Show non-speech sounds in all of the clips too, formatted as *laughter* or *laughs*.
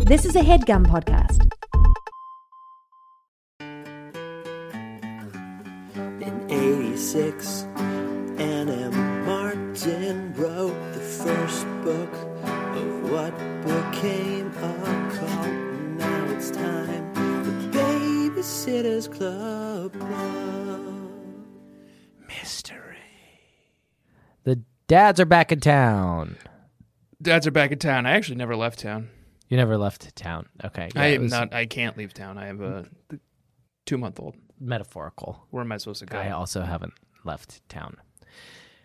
This is a headgum podcast. In 86, Anna Martin wrote the first book of what became a cult. Now it's time the Babysitter's Club. Mystery. The dads are back in town. Dads are back in town. I actually never left town. You never left town. Okay. yeah, I it am was not. I can't leave town. I have a two month old. metaphorical. Where am I supposed to go? I also haven't left town.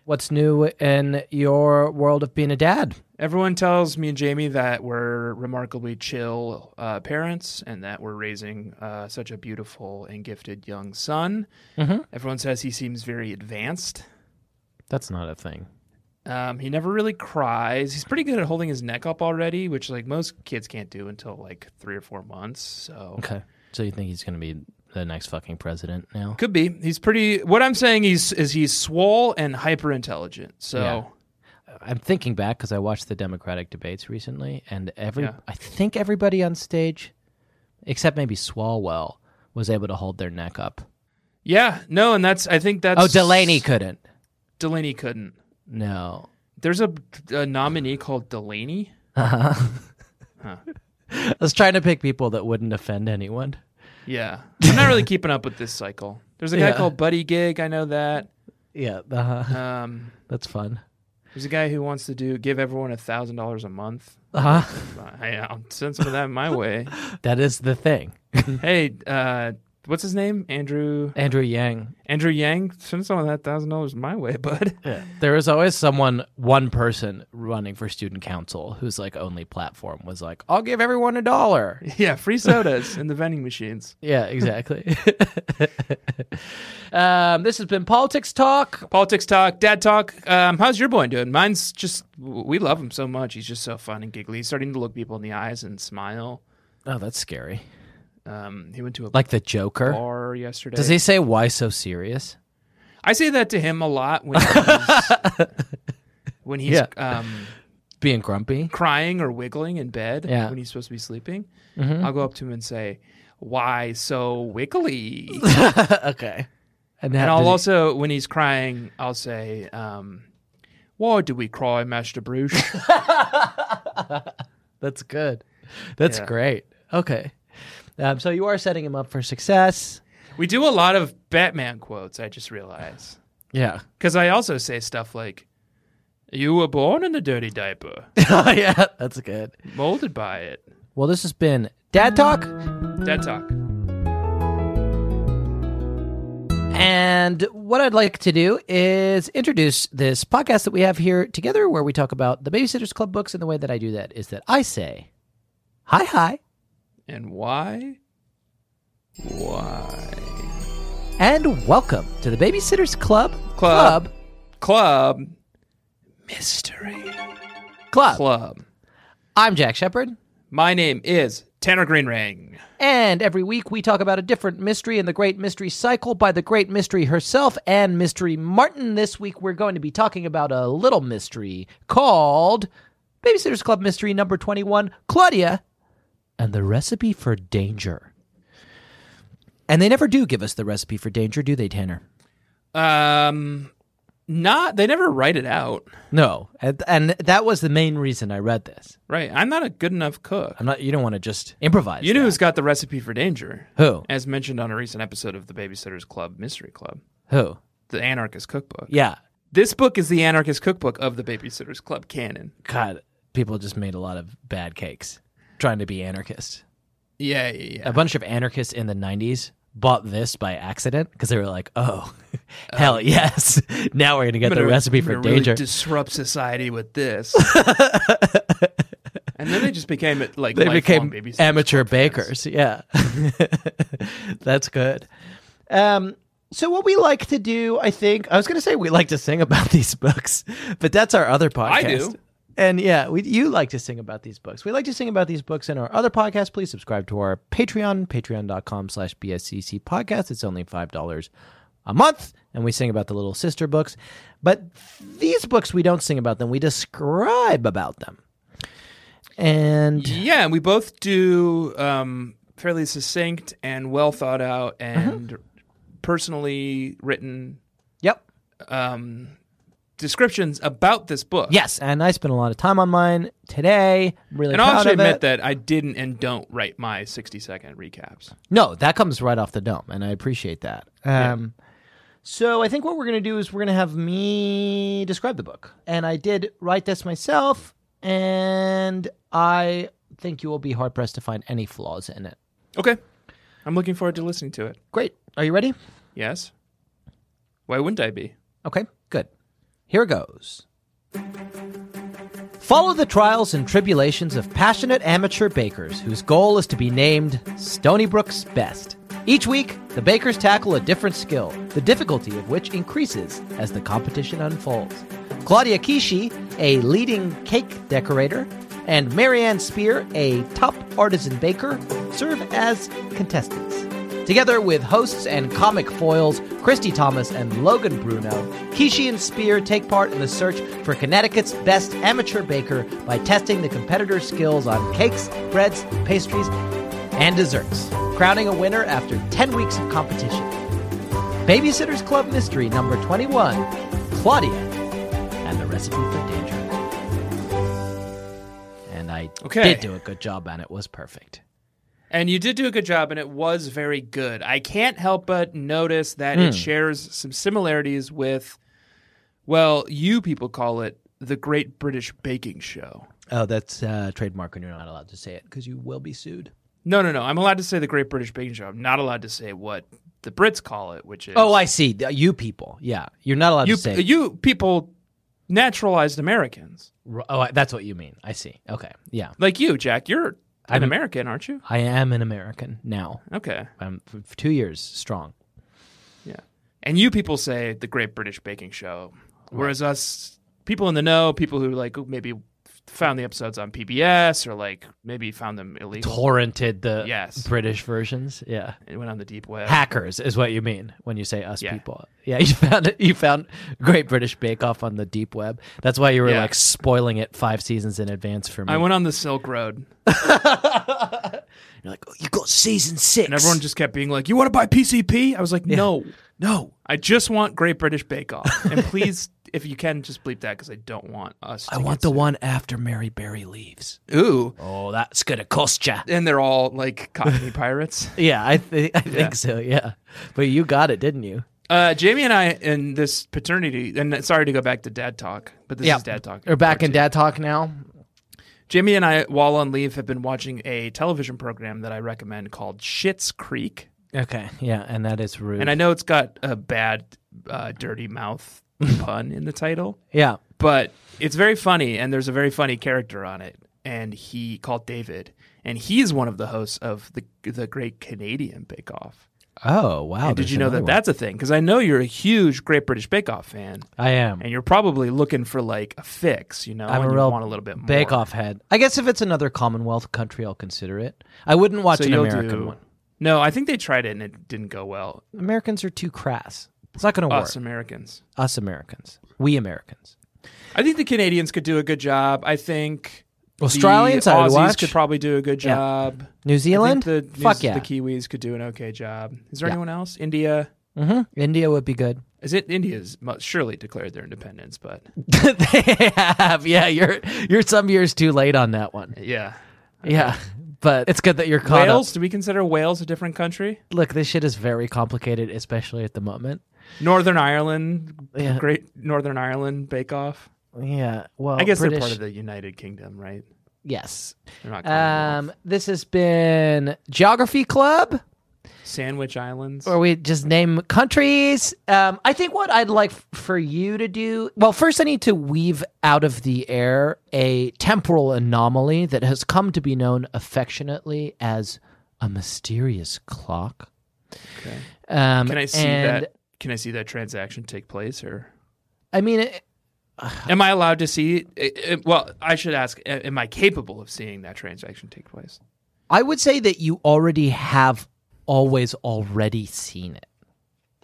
What's new in your world of being a dad? Everyone tells me and Jamie that we're remarkably chill uh, parents and that we're raising uh, such a beautiful and gifted young son. Mm-hmm. Everyone says he seems very advanced. That's not a thing. Um, he never really cries. He's pretty good at holding his neck up already, which like most kids can't do until like three or four months. So Okay. So you think he's going to be the next fucking president now? could be. He's pretty. What I'm saying is, is he's swole and hyper intelligent. So. Yeah. I'm thinking back because I watched the Democratic debates recently, and every Yeah. I think everybody on stage, except maybe Swalwell, was able to hold their neck up. Yeah, no, and that's I think that's Oh, Delaney couldn't. Delaney couldn't. No. There's a, a nominee called Delaney. I was trying to pick people that wouldn't offend anyone. *laughs* Yeah, I'm not really keeping up with this cycle. There's a guy Yeah. called Buddy Gig. I know that. Yeah, uh-huh. Um, *laughs* that's fun. there's a guy who wants to do give everyone a thousand dollars a month. Uh-huh. I, I'll send some of that my *laughs* way. That is the thing. Hey, uh, what's his name? Andrew Andrew Yang. Andrew Yang. Send some of that thousand dollars my way, bud. There is always someone, one person running for student council whose like only platform was like, "I'll give everyone a dollar." *laughs* Yeah, free sodas in the vending machines. Yeah, exactly. *laughs* um, this has been politics talk. Politics talk, dad talk. Um, how's your boy doing? Mine's just, we love him so much. He's just so fun and giggly. He's starting to look people in the eyes and smile. Oh, that's scary. Um, he went to a Like the Joker. bar yesterday. Does he say why so serious? I say that to him a lot when he's, *laughs* when he's Yeah. um, Being grumpy. crying or wiggling in bed Yeah. Mm-hmm. when he's supposed to be sleeping. I'll go up to him and say, Why *laughs* so wiggly? okay. And, that, and I'll does he- also, when he's crying, I'll say, um, Why do we cry, *laughs* Master Bruce? that's good. That's Yeah. great. Okay. Um, so you are setting him up for success. We do a lot of Batman quotes, I just realize. Yeah. Because I also say stuff like, You were born in a dirty diaper, *laughs* yeah, that's good. molded by it. Well, this has been Dad Talk. Dead talk. And what I'd like to do is introduce this podcast that we have here together where we talk about the Babysitters Club books. And the way that I do that is that I say, hi, hi, And why? Why? and welcome to the Babysitters Club. Club. Club. Club. Mystery. Club. Club. I'm Jack Shepard. My name is Tanner Greenring. And every week we talk about a different mystery in the Great Mystery Cycle by the Great Mystery herself and Mystery Martin. This week we're going to be talking about a little mystery called Babysitters Club Mystery number 21 Claudia and the Recipe for Danger. And they never do give us the recipe for danger, do they, Tanner? Um, not, they never write it out. No. And, and that was the main reason I read this. Right. I'm not a good enough cook. I'm not, you don't want to just improvise. You know that. who's got the recipe for danger? Who? As mentioned on a recent episode of the Babysitter's Club Mystery Club, Who? the Anarchist Cookbook. Yeah. This book is the Anarchist Cookbook of the Babysitter's Club canon. God, people just made a lot of bad cakes trying to be anarchist. Yeah, yeah, yeah. a bunch of anarchists in the 90s bought this by accident because they were like, oh, *laughs* hell yes. *laughs* Now we're going to get the gonna- recipe I'm for gonna really danger. disrupt society *laughs* with this. and then they just became like they lifelong became babysitters. amateur bakers. Yeah. *laughs* That's good. Um, so what we like to do, I think, I was going to say we like to sing about *laughs* these books, but that's our other podcast. I do. And yeah, we you like to sing about these books. We like to sing about these books in our other podcast. Please subscribe to our Patreon, patreon.com slash BSCC podcast. It's only $5 a month. And we sing about the little sister books. But these books, we don't sing about them. We describe about them. and Yeah, and we both do um, fairly succinct and well thought out Uh-huh. and personally written yep, um, descriptions about this book. yes. And I spent a lot of time on mine today. I'm really And proud I'll actually of admit it. that I didn't and don't write my 60 second recaps. No, that comes right off the dome, and I appreciate that. Um, So I think what we're going to do is we're going to have me describe the book, and I did write this myself, and I think you will be hard pressed to find any flaws in it. Okay. I'm looking forward to listening to it. Great. Are you ready? Yes. Why wouldn't I be? Okay, good. Here goes. Follow the trials and tribulations of passionate amateur bakers whose goal is to be named Stony Brook's Best. Each week, the bakers tackle a different skill, the difficulty of which increases as the competition unfolds. Claudia Kishi, a leading cake decorator, and Marianne Spear, a top artisan baker, serve as contestants. Together with hosts and comic foils Christy Thomas and Logan Bruno, Kishi and Spear take part in the search for Connecticut's best amateur baker by testing the competitors' skills on cakes, breads, pastries, and desserts, crowning a winner after 10 weeks of competition. Babysitters Club Mystery number 21, Claudia and the Recipe for Danger. And I Okay. did do a good job, and it was perfect. And you did do a good job, and it was very good. I can't help but notice that Hmm. it shares some similarities with, well, you people call it the Great British Baking Show. Oh, that's uh, trademark, and you're not allowed to say it because you will be sued. No, no, no. I'm allowed to say the Great British Baking Show. I'm not allowed to say what the Brits call it, which is Oh, I see. The- You people, yeah, you're not allowed you, to say. it. you people, naturalized Americans R- oh, I- that's what you mean. I see. Okay, yeah, like you, Jack. You're an American, aren't you? I am an American now. Okay, I'm for, for two years strong. yeah. And you people say the Great British Baking Show, whereas us people in the know, people who like maybe found the episodes on PBS or like maybe found them illegal, Torrented the Yes. British versions. Yeah, it went on the deep web. hackers is what you mean when you say us Yeah. people. Yeah, *laughs* you found it. You found Great British Bake Off on the deep web. That's why you were Yeah. like spoiling it five seasons in advance for me. I went on the Silk Road, You're like, oh, you got season six, and everyone just kept being like, "You want to buy PCP?" I was like, "No." no. I just want Great British Bake Off, and please, if you can, just bleep that because I don't want us. To I want the one after Mary Berry leaves. the ooh, Oh, that's gonna cost ya. and they're all like Cockney pirates. *laughs* Yeah, I, th- I think so. Yeah, but you got it, didn't you? Uh, Jamie and I in this paternity, and sorry to go back to dad talk, but this is dad talk. We're back in dad talk now. Jamie and I, while on leave, have been watching a television program that I recommend called Shit's Creek, Okay. Yeah, and that is rude. and I know it's got a bad, uh, *laughs* dirty mouth pun in the title. yeah. but it's very funny and there's a very funny character on it and he called david and he's one of the hosts of the the great canadian bake off Oh wow. and did there's you know another that one. that's a thing because i know you're a huge great british bake off fan I am. and you're probably looking for like a fix you know I'm and a you real want a little bit more Bake Off head. I guess if it's another Commonwealth country, I'll consider it. I wouldn't watch so an you'll American do one. no i think they tried it and it didn't go well Americans are too crass. It's not gonna us work. americans Us Americans. We Americans. i think the canadians could do a good job i think Australians, the I would Aussies watch. could probably do a good Yeah. job New Zealand. I think the, Fuck News- yeah. the Kiwis could do an okay job. Is there Yeah. anyone else? India hmm India would be good. *laughs* is it? India's mu- surely declared their independence, but they have. Yeah, you're you're some years too late on that one. yeah. Yeah, but it's good that you're caught Wales? Do we consider Wales a different country? up. Look, this shit is very complicated, especially at the moment. Northern Ireland, Yeah. Great Northern Ireland Bake Off. Yeah, well, I guess Oh, British, they're part of the United Kingdom, right? Yes. They're not Commonwealth. Um, this has been Geography Club, Sandwich Islands. where we just name countries. Um, I think what I'd like f- for you to do. Well, first, I need to weave out of the air a temporal anomaly that has come to be known affectionately as a mysterious clock. Okay. Um, Can I see and- that? Can I see that transaction take place, or I mean, it, am I allowed to see? eh, eh, Well, I should ask: eh, Am I capable of seeing that transaction take place? I would say that you already have always already seen it,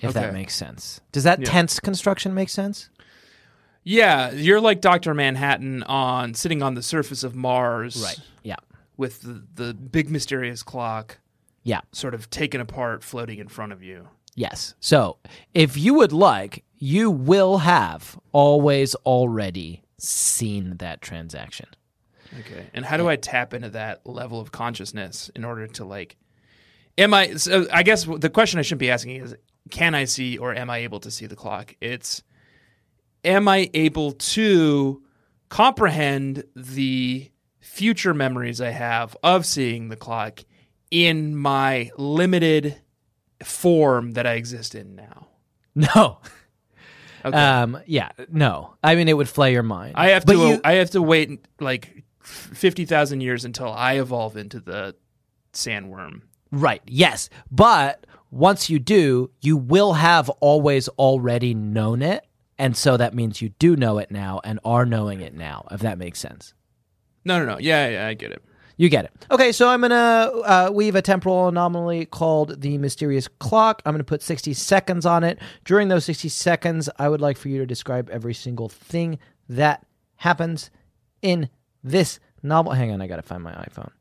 if that Okay. makes sense. Does that tense construction make sense? Yeah, you're like Doctor Manhattan on sitting on the surface of Mars, Right. Yeah. With the, the big mysterious clock, Yeah. sort of taken apart, floating in front of you. Yes. So if you would like, you will have always already seen that transaction. *laughs* Okay. And how do I tap into that level of consciousness in order to like? Am I? So I guess the question I shouldn't be asking is, can I see or am I able to see the clock? It's, am I able to comprehend the future memories I have of seeing the clock in my limited form that I exist in now? No. Okay. Um, yeah, no. I mean, it would flay your mind. I have But to. you- I have to wait like fifty thousand years until I evolve into the sandworm. Right. Yes. But once you do, you will have always already known it. And so that means you do know it now and are knowing it now, if that makes sense. No, no, no. Yeah, yeah, I get it. You get it. Okay, so I'm going to uh, weave a temporal anomaly called the mysterious clock. I'm going to put 60 seconds on it. During those 60 seconds, I would like for you to describe every single thing that happens in this novel. Hang on, I got to find my iPhone.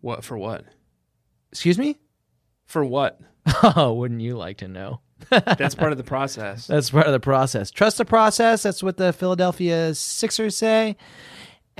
What for? What Excuse me? *laughs* for? What? Oh, wouldn't you like to know? *laughs* That's part of the process. That's part of the process. Trust the process. That's what the Philadelphia Sixers say.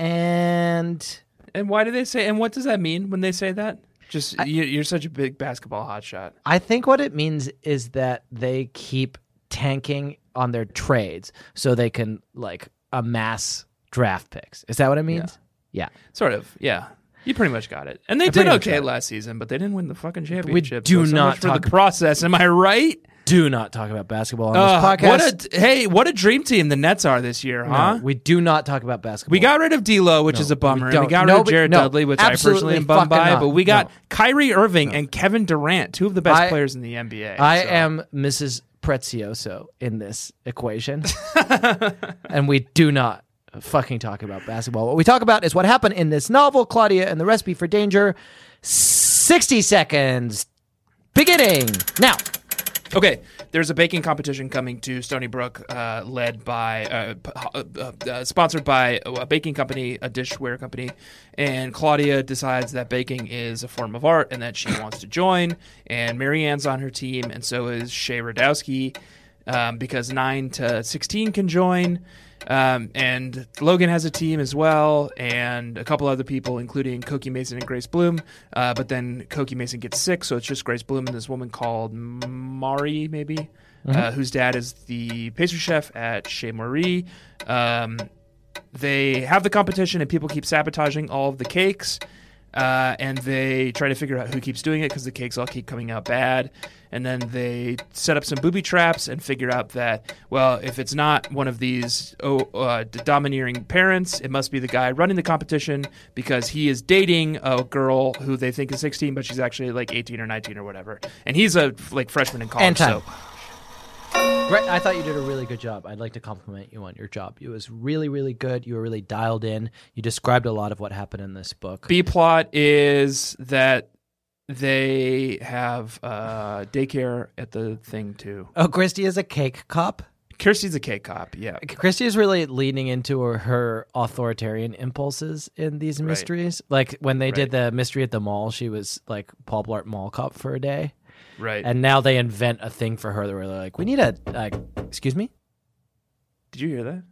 And And why do they say? And what does that mean when they say that? Just you, you're such a big basketball hotshot. I think what it means is that they keep tanking on their trades so they can like amass draft picks. Is that what it means? Yeah. Sort of. Yeah. You pretty much got it. And they did pretty much okay got it. last season, but they didn't win the fucking championship. do so so not much for talk- the process. Am I right? Do not talk about basketball on Uh, this podcast. what a hey! What a dream team the Nets are this year, No, huh? we do not talk about basketball. We got rid of D'Lo, which is a bummer. and we don't. got rid of Nobody- Jared no, Dudley, which I absolutely personally am bummed fucking by. not. But we got No. Kyrie Irving and Kevin Durant, two of the best I- players in the NBA. I so. am Mrs. Prezioso in this equation. *laughs* and we do not fucking talk about basketball. What we talk about is what happened in this novel, Claudia and the Recipe for Danger. 60 seconds beginning now. Okay, there's a baking competition coming to Stony Brook, uh, led by, uh, p- uh, uh, uh, sponsored by a baking company, a dishware company, and Claudia decides that baking is a form of art and that she wants to join. And Marianne's on her team, and so is Shay Radowski, um, because nine to sixteen can join. Um, and Logan has a team as well, and a couple other people, including Cokie Mason and Grace Bloom. Uh, but then Cokie Mason gets sick, so it's just Grace Bloom and this woman called Mari, maybe, uh, whose dad is the pastry chef at Chez Marie. Um, they have the competition, and people keep sabotaging all of the cakes. Uh, and they try to figure out who keeps doing it because the cakes all keep coming out bad. And then they set up some booby traps and figure out that, well, if it's not one of these oh, uh, d- domineering parents, it must be the guy running the competition because he is dating a girl who they think is 16, but she's actually like 18 or 19 or whatever. And he's a like freshman in college. And time. So Right, I thought you did a really good job. I'd like to compliment you on your job. It was really, really good. You were really dialed in. You described a lot of what happened in this book. B plot is that they have uh, daycare at the thing too. oh, Christy is a cake cop. Kirsty's a cake cop. Yeah. Christy is really leaning into her, her authoritarian impulses in these mysteries. Like when they did the mystery at the mall, she was like Paul Blart Mall Cop for a day. Right. And now they invent a thing for her where they're like, we need a, uh, excuse me? Did you hear that?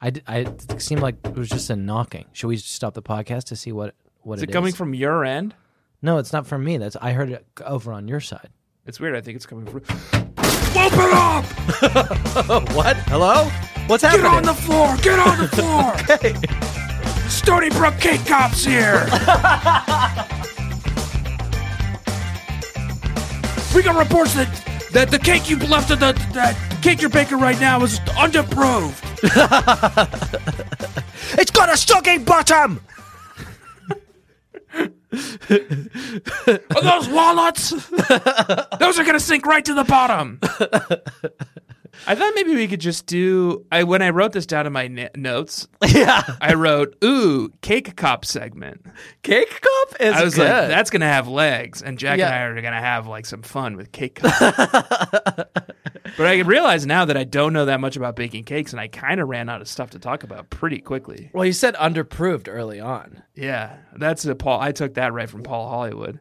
I, d- I- it seemed like it was just a knocking. Should we stop the podcast to see what, what Is it coming from your end? No, it's not from me. That's I heard it over on your side. It's weird. I think it's coming from. Open up! Oh, what? Hello? What's happening? Get on the floor! Get on *laughs* the floor! Stony Brook Cake Cops here! we got reports that, that the cake you left in the that cake you're baking right now is underproved. *laughs* it's got a soggy bottom. Are *laughs* those walnuts? Those are gonna sink right to the bottom. I thought maybe we could just do. I when I wrote this down in my n- notes, *laughs* yeah, I wrote "Ooh, cake cop segment." cake cup is I was good. like, "That's gonna have legs," and Jack Yeah. and I are gonna have like some fun *laughs* with cake cop. but I realize now that I don't know that much about baking cakes, and I kind of ran out of stuff to talk about pretty quickly. well, you said underproved early on. Yeah, that's a Paul. I took that right from Paul Hollywood.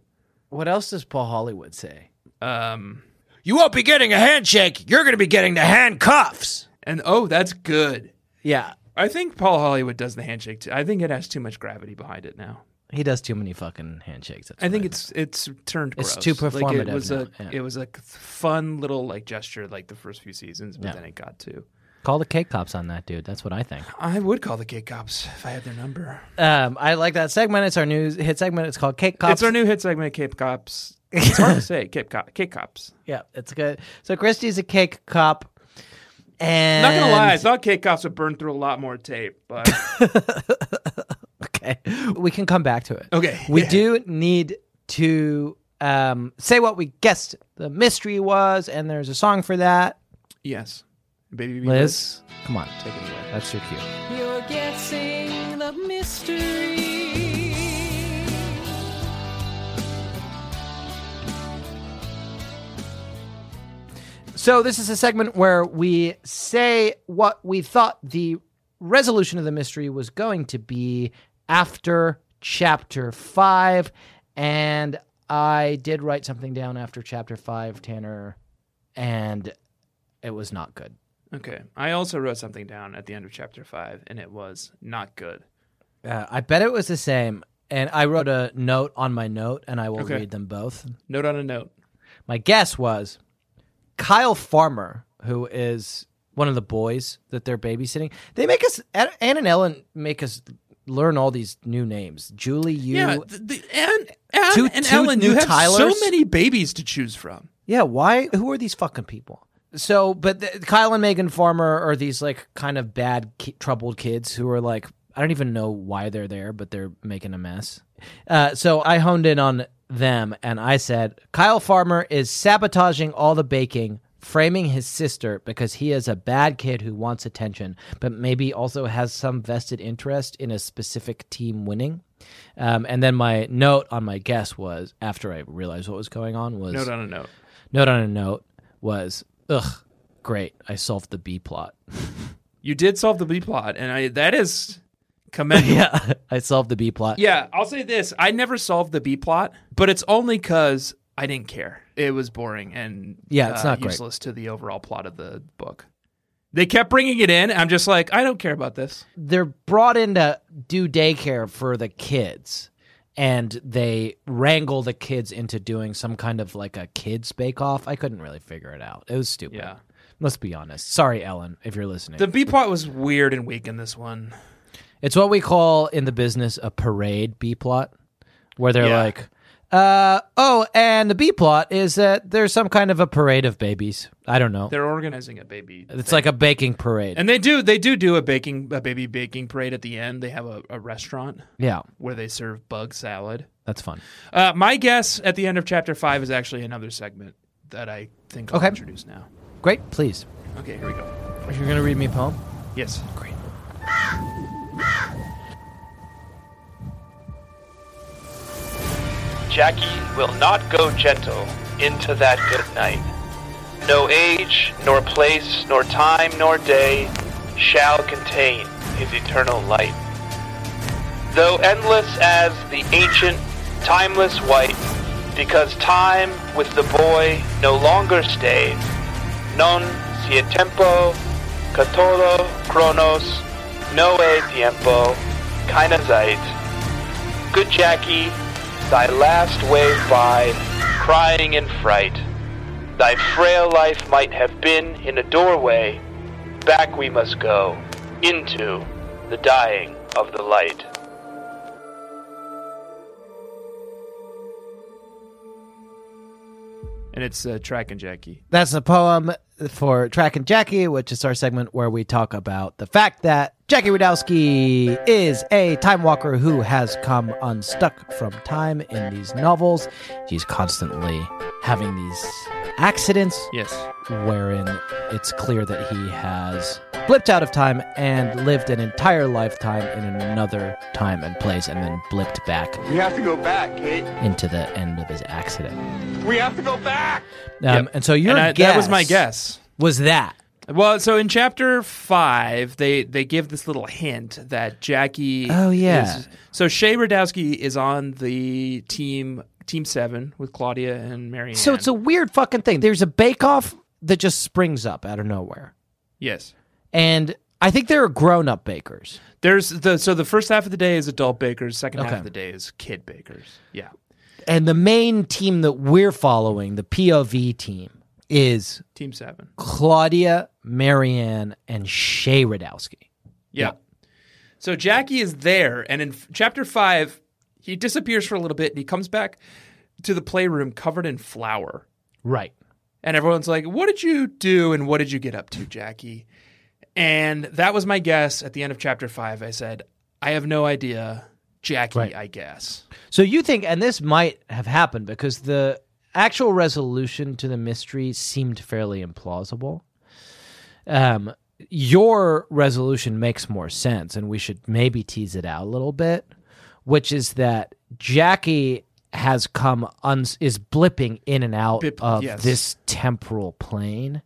What else does Paul Hollywood say? Um, You won't be getting a handshake. You're going to be getting the handcuffs. and oh, that's good. Yeah, I think Paul Hollywood does the handshake too. I think it has too much gravity behind it now. he does too many fucking handshakes. That's I think why. it's it's turned. It's gross. too Like performative it was now, a yeah. it was a fun little like gesture like the first few seasons, but Yeah. then it got to. call the cake cops on that dude. That's what I think. I would call the gig cops if I had their number. Um, I like that segment. It's our new hit segment. It's called Cake Cops. It's our new hit segment, Cape *laughs* Cops. It's hard to say, Cape Cop, Cape Cops. yeah, it's good. So Christy's a cake cop, and Not gonna lie, I thought Cape Cops would burn through a lot more tape, but Okay, we can come back to it. *laughs* Okay. we do need to um, say what we guessed the mystery was, and there's a song for that. yes, baby, Be Liz, come on, Liz, take it away. that's your cue. You're guessing the mystery. So this is a segment where we say what we thought the resolution of the mystery was going to be after chapter 5 and I did write something down after chapter 5 Tanner and it was not good. Okay, I also wrote something down at the end of chapter five, and it was not good. Uh, I bet it was the same and I wrote a note on my note and I will Okay. read them both. Note on a note. My guess was Kyle Farmer, who is one of the boys that they're babysitting. They make us Ann and Ellen make us learn all these new names. Julie, you, Yeah, yeah, the, the, Anne, Anne Two- and two Ellen, new you have Tylers? so many babies to choose from. why? Who are these fucking people? So, but the, Kyle and Megan Farmer are these like kind of bad, ki- troubled kids who are like, I don't even know why they're there, but they're making a mess. Uh, so I honed in on them and I said, Kyle Farmer is sabotaging all the baking, framing his sister because he is a bad kid who wants attention, but maybe also has some vested interest in a specific team winning. Um, and then my note on my guess was after I realized what was going on was Note on a note. note on a note was ugh great I solved the B plot *laughs* You did solve the B plot, and I that is commendable. *laughs* yeah I solved the B plot yeah, I'll say this: I never solved the B plot, but it's only because I didn't care. It was boring and Yeah, it's uh, not great. useless to the overall plot of the book. They kept bringing it in. I'm just like, I don't care about this. they're brought in to do daycare for the kids and they wrangle the kids into doing some kind of like a kids bake off I couldn't really figure it out it was stupid Yeah. let's be honest sorry Ellen if you're listening The B plot was weird and weak in this one. It's what we call in the business a parade B plot, where they're Yeah. like, uh, oh, and the B plot is that there's some kind of a parade of babies. I don't know. They're organizing a baby. it's like a baking parade. And they do they do do a baking a baby baking parade at the end. They have a, a restaurant yeah, where they serve bug salad. that's fun. Uh, my guess at the end of chapter five is actually another segment that I think I'll Okay. introduce now. Great, please. Okay, here we go. You're going to read me a poem? Yes. Great. Jackie will not go gentle into that good night. No age, nor place, nor time, nor day shall contain his eternal light. Though endless as the ancient, timeless white, because time with the boy no longer stays, non si è tempo, catolo chronos, no e tiempo, kainazite. Good Jackie, thy last wave by, crying in fright. Thy frail life might have been in a doorway. Back we must go, into the dying of the light. And it's uh, Track and Jackie. That's a poem for Track and Jackie, which is our segment where we talk about the fact that Jackie Rudowski is a time walker who has come unstuck from time in these novels. She's constantly having these accidents Yes. wherein it's clear that he has blipped out of time and lived an entire lifetime in another time and place and then blipped back We have to go back, Kate. into the end of his accident. Um, We have to go back. And so your And I- guess that was my guess. was that. Well, so in chapter five, they they give this little hint that Jackie. Oh, yeah. is- so Shay Radowski is on the team team seven with Claudia and Marianne. So it's a weird fucking thing. There's a bake-off that just springs up out of nowhere. yes. And I think there are grown-up bakers. There's the so the first half of the day is adult bakers, second Okay. half of the day is kid bakers. Yeah. And the main team that we're following, the POV team, is Team seven. Claudia, Marianne, and Shay Radowski. Yeah. So Jackie is there, and in f- chapter five, he disappears for a little bit, and he comes back to the playroom covered in flour. Right. And everyone's like, What did you do and what did you get up to, Jackie? And that was my guess at the end of chapter five. I said, I have no idea. Jackie, Right. I guess. So you think, and this might have happened because the actual resolution to the mystery seemed fairly implausible. Um, your resolution makes more sense, and we should maybe tease it out a little bit, which is that Jackie has come uns is blipping in and out Bip- of yes. this temporal plane,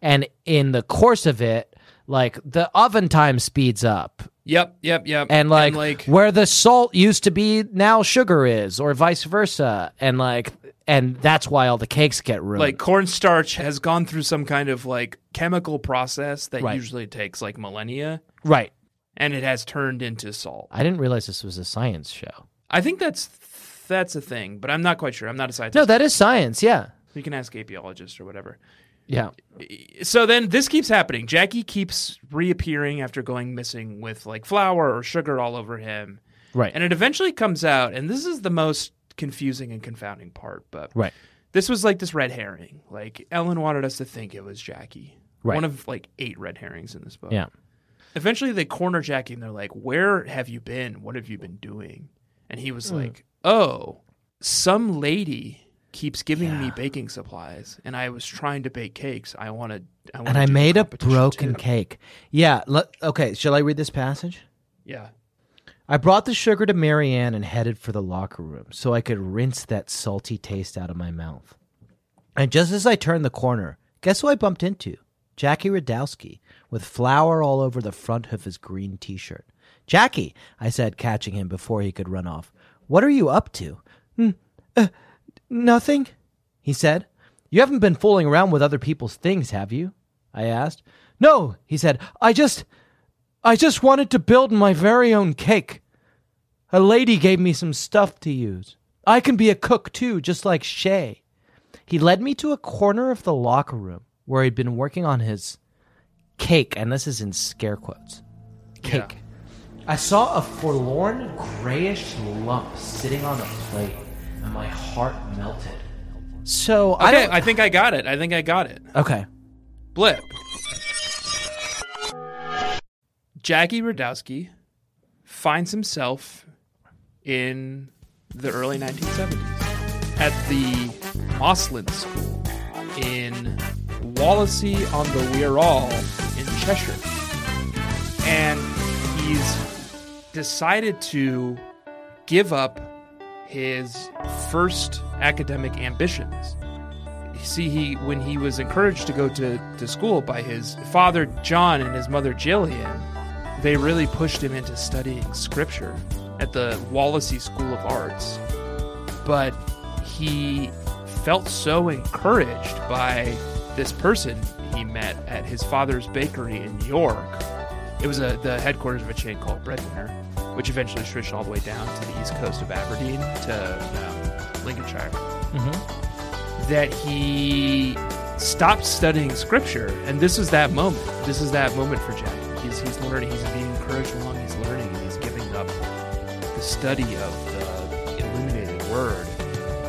and in the course of it, like the oven time speeds up Yep, yep, yep. and like, where the salt used to be now sugar is or vice versa and like and that's why all the cakes get ruined like cornstarch has gone through some kind of like chemical process that Right. usually takes like millennia right and it has turned into salt. i didn't realize this was a science show I think that's that's a thing, but I'm not quite sure. I'm not a scientist. no that is science yeah you can ask apiologists or whatever. yeah so then this keeps happening. Jackie keeps reappearing after going missing with like flour or sugar all over him. right And it eventually comes out, and this is the most confusing and confounding part, but right this was like this red herring. Like Ellen wanted us to think it was Jackie. Right. One of like eight red herrings in this book. yeah Eventually they corner Jackie and they're like, Where have you been? What have you been doing? And he Hmm. was like, Oh, some lady keeps giving me baking supplies and I was trying to bake cakes. I wanna I wanna and i do the made a competition broken too." cake yeah le- okay shall i read this passage Yeah. I brought the sugar to Marianne and headed for the locker room so I could rinse that salty taste out of my mouth. And just as I turned the corner, guess who I bumped into? Jackie Radowski, with flour all over the front of his green t shirt. Jackie, I said, catching him before he could run off, what are you up to? "Hmm, uh, nothing, he said. You haven't been fooling around with other people's things, have you? I asked. No, he said, I just. I just wanted to build my very own cake. A lady gave me some stuff to use. I can be a cook too, just like Shay. He led me to a corner of the locker room where he'd been working on his cake, and this is in scare quotes. Cake. I saw a forlorn grayish lump sitting on a plate, and my heart melted. So I Okay, don't. I, think I got it. I think I got it. okay. Blip. Jackie Radowski finds himself in the early 1970s at the Moslin School in Wallasey on the Wirral in Cheshire. And he's decided to give up his first academic ambitions see he when he was encouraged to go to, to school by his father john and his mother jillian they really pushed him into studying scripture at the wallasey school of arts but he felt so encouraged by this person he met at his father's bakery in york it was a, the headquarters of a chain called breadwinner which eventually stretched all the way down to the east coast of aberdeen to um, lincolnshire that he stopped studying scripture and this is that moment this is that moment for jack he's, he's learning he's being encouraged along he's learning and he's giving up the study of the illuminated word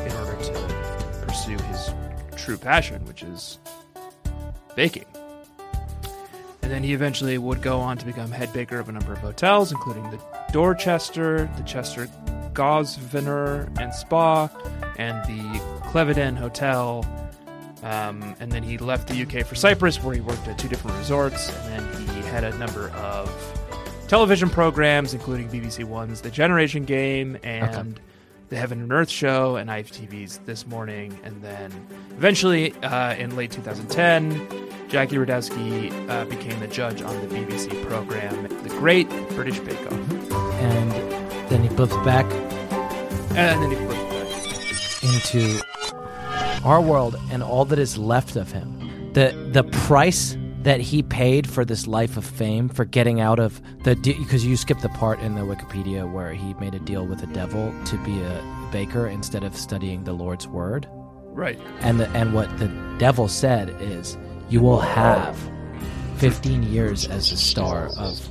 in order to pursue his true passion which is baking and then he eventually would go on to become head baker of a number of hotels, including the Dorchester, the Chester Gosvenor and Spa, and the Clevedon Hotel, Um, and then he left the UK for Cyprus, where he worked at two different resorts. And then he had a number of television programs, including BBC One's The Generation Game and The Heaven and Earth Show, and IFTV's This Morning. And then eventually, uh, in late 2010, Jackie Radowski uh, became the judge on the BBC program The Great British Bake Off. And then he flips back And then he flipped back. into our world and all that is left of him. The the price that he paid for this life of fame for getting out of the because you skipped the part in the Wikipedia where he made a deal with the devil to be a baker instead of studying the Lord's word. Right. And the and what the devil said is you will have 15 years as the star of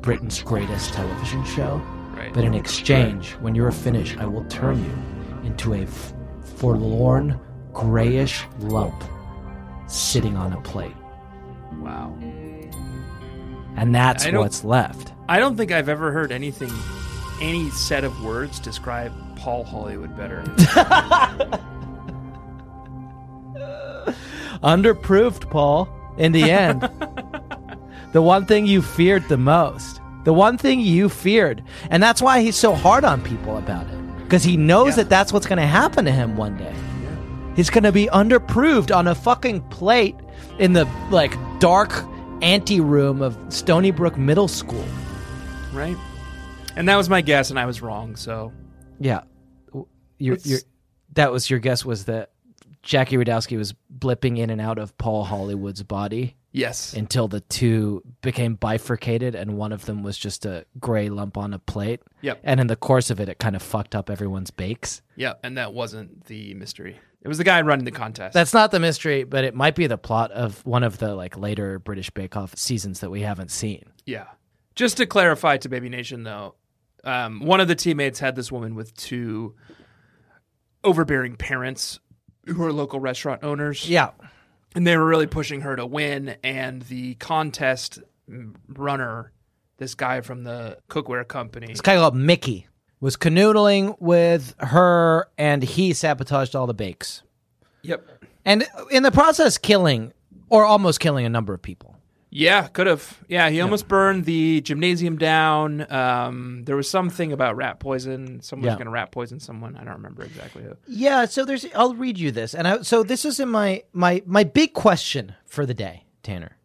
Britain's greatest television show. Right. But in exchange, when you're finished, I will turn you into a f- forlorn, grayish lump sitting on a plate. wow. And that's I don't- what's left. I don't think I've ever heard anything, any set of words describe Paul *laughs* Hollywood better. Underproofed, Paul, in the *laughs* end. the one thing you feared the most. The one thing you feared. And that's why he's so hard on people about it. Because he knows that that's what's going to happen to him one day. He's going to be underproved on a fucking plate in the like dark ante room of Stony Brook Middle School. right. And that was my guess, and I was wrong. So Yeah, W- your, It's- your, that was your guess was that Jackie Radowski was blipping in and out of Paul Hollywood's body yes, until the two became bifurcated and one of them was just a gray lump on a plate. Yep. And in the course of it, it kind of fucked up everyone's bakes. yeah, and that wasn't the mystery. It was the guy running the contest. That's not the mystery, but it might be the plot of one of the like later British Bake Off seasons that we haven't seen. yeah. Just to clarify to Baby Nation, though, um, one of the teammates had this woman with two overbearing parents who are local restaurant owners. Yeah. and they were really pushing her to win. And the contest runner, this guy from the cookware company, This guy called Mickey was canoodling with her and he sabotaged all the bakes. yep, and in the process killing or almost killing a number of people yeah, could have, yeah, he almost burned the gymnasium down. Um, there was something about rat poison. Someone Yeah. was going to rat poison someone. I don't remember exactly who. yeah so there's i'll read you this and I, so this is in my my my big question for the day tanner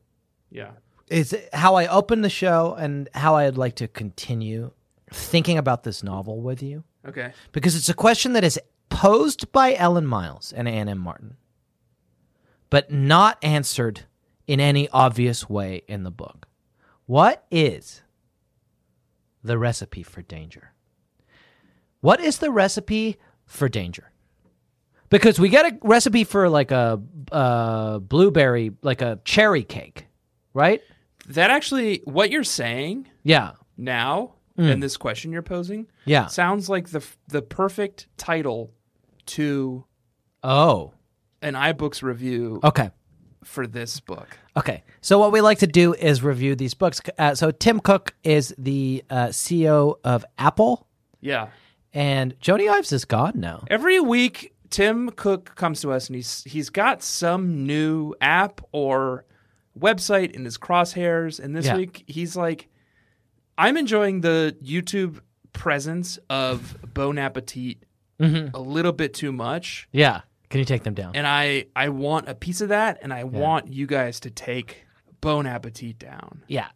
Yeah, is how i open the show and how i'd like to continue thinking about this novel with you okay, because it's a question that is posed by ellen miles and anne m martin but not answered in any obvious way in the book what is the recipe for danger what is the recipe for danger because we get a recipe for like a, uh blueberry like a cherry cake right that actually, what you're saying yeah now and this question you're posing, Hmm. yeah sounds like the f- the perfect title to oh an iBooks review okay for this book. Okay, so what we like to do is review these books. Uh, so Tim Cook is the uh, CEO of Apple, Yeah. and Jody Ives is gone now. Every week, Tim Cook comes to us and he's he's got some new app or website in his crosshairs. And this Yeah. week, he's like, I'm enjoying the YouTube presence of Bon Appetit Mm-hmm. a little bit too much, Yeah, can you take them down? and I I want a piece of that, and I want you guys to take Bon Appetit down. yeah,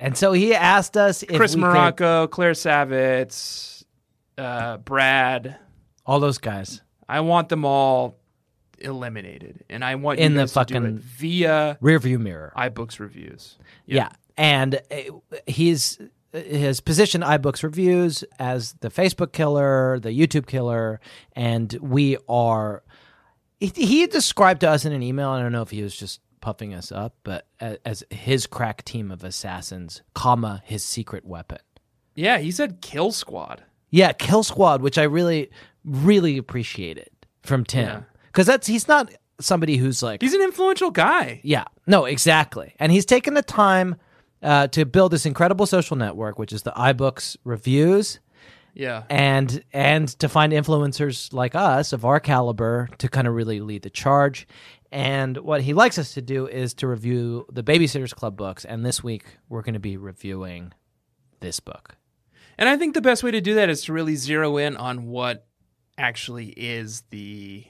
and so he asked us if Chris we could- Morocco, Claire Savitz, uh, Brad. all those guys. I want them all eliminated, and I want In you the guys to do fucking- it via Rearview mirror. iBooks reviews. Yeah, and uh, he's his position iBooks reviews as the Facebook killer, the YouTube killer, and we are. He, he described to us in an email. I don't know if he was just puffing us up, but a- as his crack team of assassins, comma his secret weapon. Yeah, he said Kill Squad. Yeah, Kill Squad, which I really, really appreciated from Tim because that's he's not somebody who's like He's an influential guy. yeah. No, exactly. And he's taken the time uh, to build this incredible social network, which is the iBooks reviews, Yeah, and and to find influencers like us of our caliber to kind of really lead the charge. And what he likes us to do is to review the Babysitters Club books. And this week, we're going to be reviewing this book. And I think the best way to do that is to really zero in on what actually is the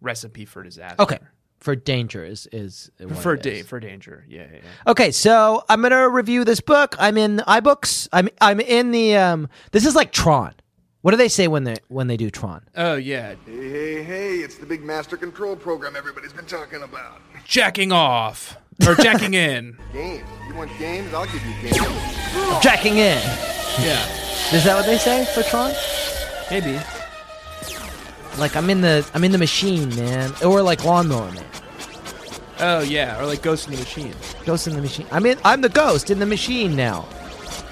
recipe for disaster. Okay. For Danger is. is what For it is. da- for danger. Yeah, yeah, yeah. Okay, so I'm gonna review this book. I'm in iBooks. I'm I'm in the um. This is like Tron. What do they say when they when they do Tron? Oh yeah. Hey, hey, hey, it's the big master control program everybody's been talking about. Jacking off. Or *laughs* jacking in. Games. You want games? I'll give you games. Jacking in. Yeah. Is that what they say for Tron? Maybe. Like I'm in the I'm in the machine, man, or like Lawnmower Man, Oh yeah. Or like Ghost in the Machine. Ghost in the Machine. I'm in I'm the ghost in the machine now.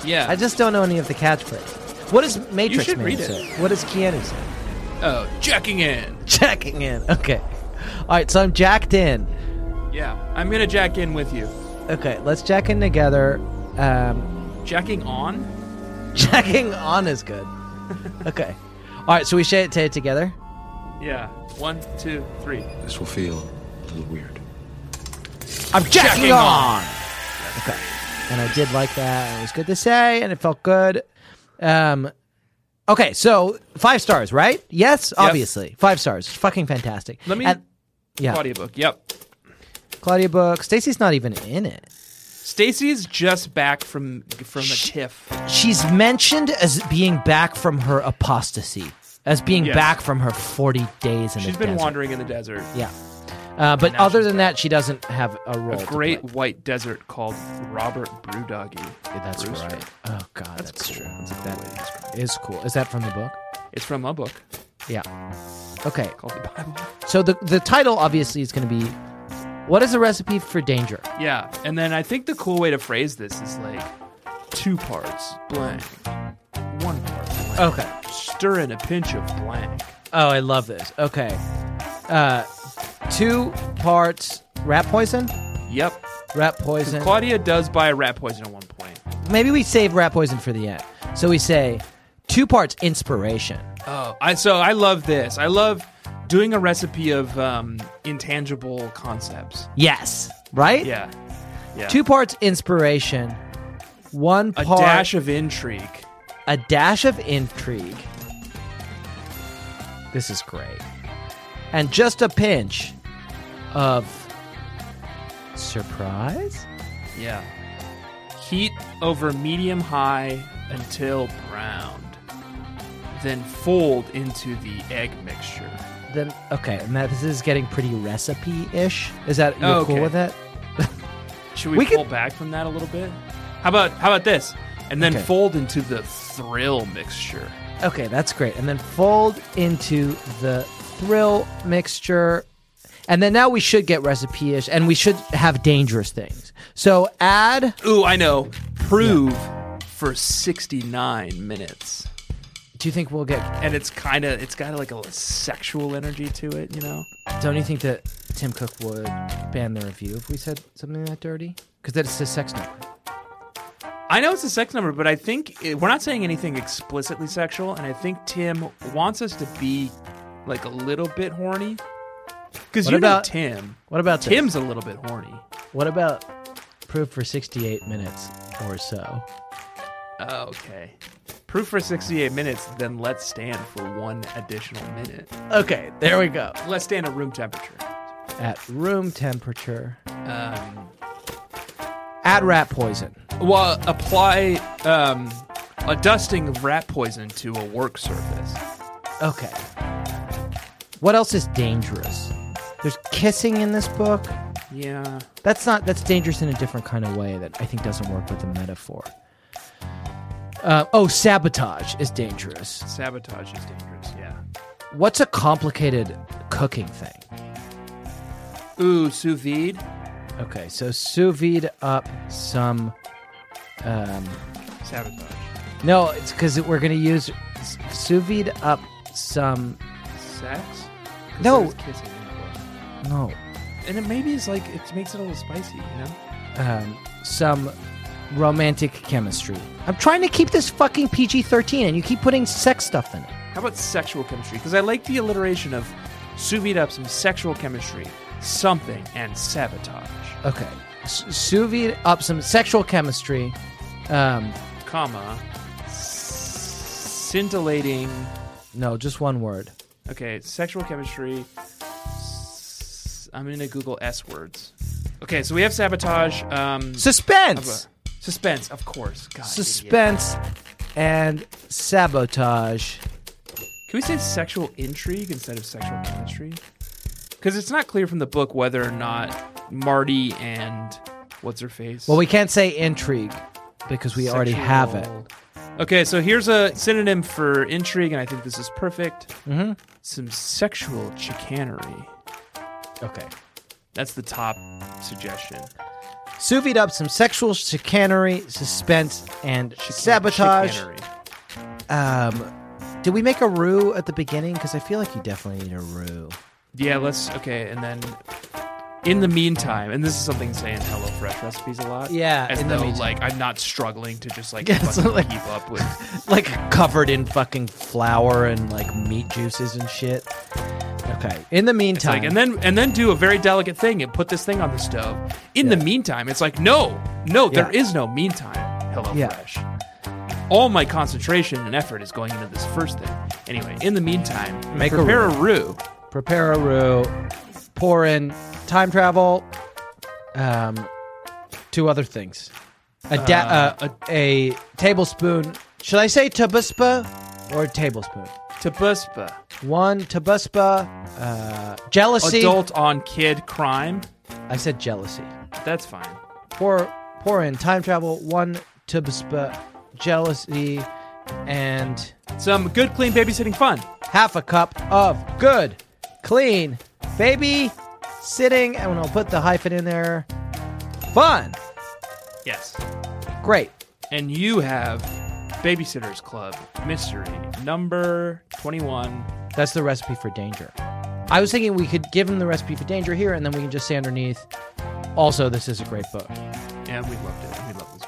Yeah. I just don't know any of the catchphrases. What does Matrix should Man read it. say? What does Keanu say? *laughs* oh jacking in. Jacking in. Okay. All right, so I'm jacked in. Yeah. I'm gonna jack in with you. Okay, let's jack in together. Um, Jacking on? Jacking on is good. Okay. All right, so we say it say it together. Yeah. One, two, three. This will feel a little weird. I'm jacking, Jacking on. Okay. And I did like that. and It was good to say, and it felt good. Um, okay, so five stars, right? Yes, obviously, five stars. Fucking fantastic. Let me- And, yeah, Claudia, Audiobook. Yep. book. Stacy's not even in it. Stacy's just back from from a tiff. She's mentioned as being back from her apostasy, as being Yes. back from her forty days in She's the been desert. wandering in the desert. Yeah. Uh, but now other she's than that, she doesn't have a role. to A great play. white desert called Robert Brewdoggy. That's Brewster. right. Oh god, that's, cool. true. That's a cool way to describe That is cool. Is that from the book? It's from a book Yeah. Okay. called the Bible. So the the title obviously is going to be, what is the recipe for danger? Yeah, and then I think the cool way to phrase this is like two parts blank, one part blank. Okay. Stir in a pinch of blank. Oh, I love this. Okay. Uh, two parts rat poison. Yep. Rat poison. Claudia does buy rat poison at one point. Maybe we save rat poison for the end. So we say two parts inspiration. Oh, I so I love this. I love doing a recipe of um, intangible concepts. Yes. Right. Yeah. Yeah. Two parts inspiration. One a part dash of intrigue. a dash of intrigue. This is great. And just a pinch of surprise? Yeah. Heat over medium high until browned. Then fold into the egg mixture. Then okay, and that this is getting pretty recipe-ish. Is that you're Okay. cool with it? Should we, We could- pull back from that a little bit? How about how about this? And then Okay. fold into the thrill mixture. Okay, that's great. And then fold into the thrill mixture. And then now we should get recipe-ish and we should have dangerous things. So add Ooh, I know. Prove for 69 minutes. do you think we'll get And it's kind of it's got like a sexual energy to it, you know. Don't you think that Tim Cook would ban the review if we said something that dirty? Because that's a sex number. I know it's a sex number, but I think it, we're not saying anything explicitly sexual, and I think Tim wants us to be like a little bit horny. Because What you about- know Tim. What about this? Tim's a little bit horny. What about proof for 68 minutes or so? Oh, okay. Proof for 68 minutes, then let's stand for one additional minute. Okay, there we go. Let's stand at room temperature. At room temperature. Um, Add rat poison. well, apply um, a dusting of rat poison to a work surface. Okay. What else is dangerous? There's kissing in this book. Yeah. That's not. That's dangerous in a different kind of way that I think doesn't work with the metaphor. Uh, oh, sabotage is dangerous. Sabotage is dangerous, yeah. What's a complicated cooking thing? Ooh, sous vide? Okay, so sous vide up some. um, Sabotage. No, it's because we're gonna use s- sous vide up some. sex? 'Cause No. there's kissing in the book. No, And it maybe is like it makes it a little spicy, you know? um, some romantic chemistry. I'm trying to keep this fucking PG-13, and you keep putting sex stuff in it. How about sexual chemistry? Because I like the alliteration of sous vide up some sexual chemistry. something and sabotage. Okay. S- sous vide up some sexual chemistry. Um, Comma. Scintillating. no, just one word. Okay, sexual chemistry. S- I'm gonna Google S words. Okay, so we have sabotage. Um, Suspense. suspense, of course. God, idiot. Suspense and sabotage. Can we say sexual intrigue instead of sexual chemistry? Because it's not clear from the book whether or not Marty and what's her face. Well, we can't say intrigue because we already have it. Sexual- Okay, so here's a synonym for intrigue, and I think this is perfect. Mm-hmm. Some sexual chicanery. Okay. That's the top suggestion. Sous vide up some sexual chicanery, suspense, and sabotage. Chicanery. Um, did we make a roux at the beginning? Because I feel like you definitely need a roux. Yeah, let's okay, and then in the meantime, and this is something saying HelloFresh recipes a lot. Yeah, as in the though meantime. like I'm not struggling to just *laughs* like, Yeah, so, fucking like- keep up with. Like covered in fucking flour and like meat juices and shit. Okay. In the It's meantime, like, and then and then do a very delicate thing and put this thing on the stove. In the Yeah. meantime, it's like no, no, there Yeah. is no meantime. Yeah. HelloFresh. All my concentration and effort is going into this first thing. Anyway, in the meantime, I'm gonna Make a prepare a roux. prepare a roux, pour in time travel, um, two other things, a, da- uh, a, a tablespoon. Should I say tabuspa or tablespoon? Tabuspa. One tabuspa, uh, jealousy. Adult on kid crime. I said jealousy. That's fine. Pour pour in time travel. One tabuspa, jealousy, and Some good, clean babysitting fun. half a cup of good, clean, baby sitting. And I'll put the hyphen in there. Fun. Yes. Great. And you have Babysitters Club Mystery number 21. That's the recipe for danger. I was thinking we could give him the recipe for danger here, and then we can just say underneath. Also, this is a great book. And we loved it. We love this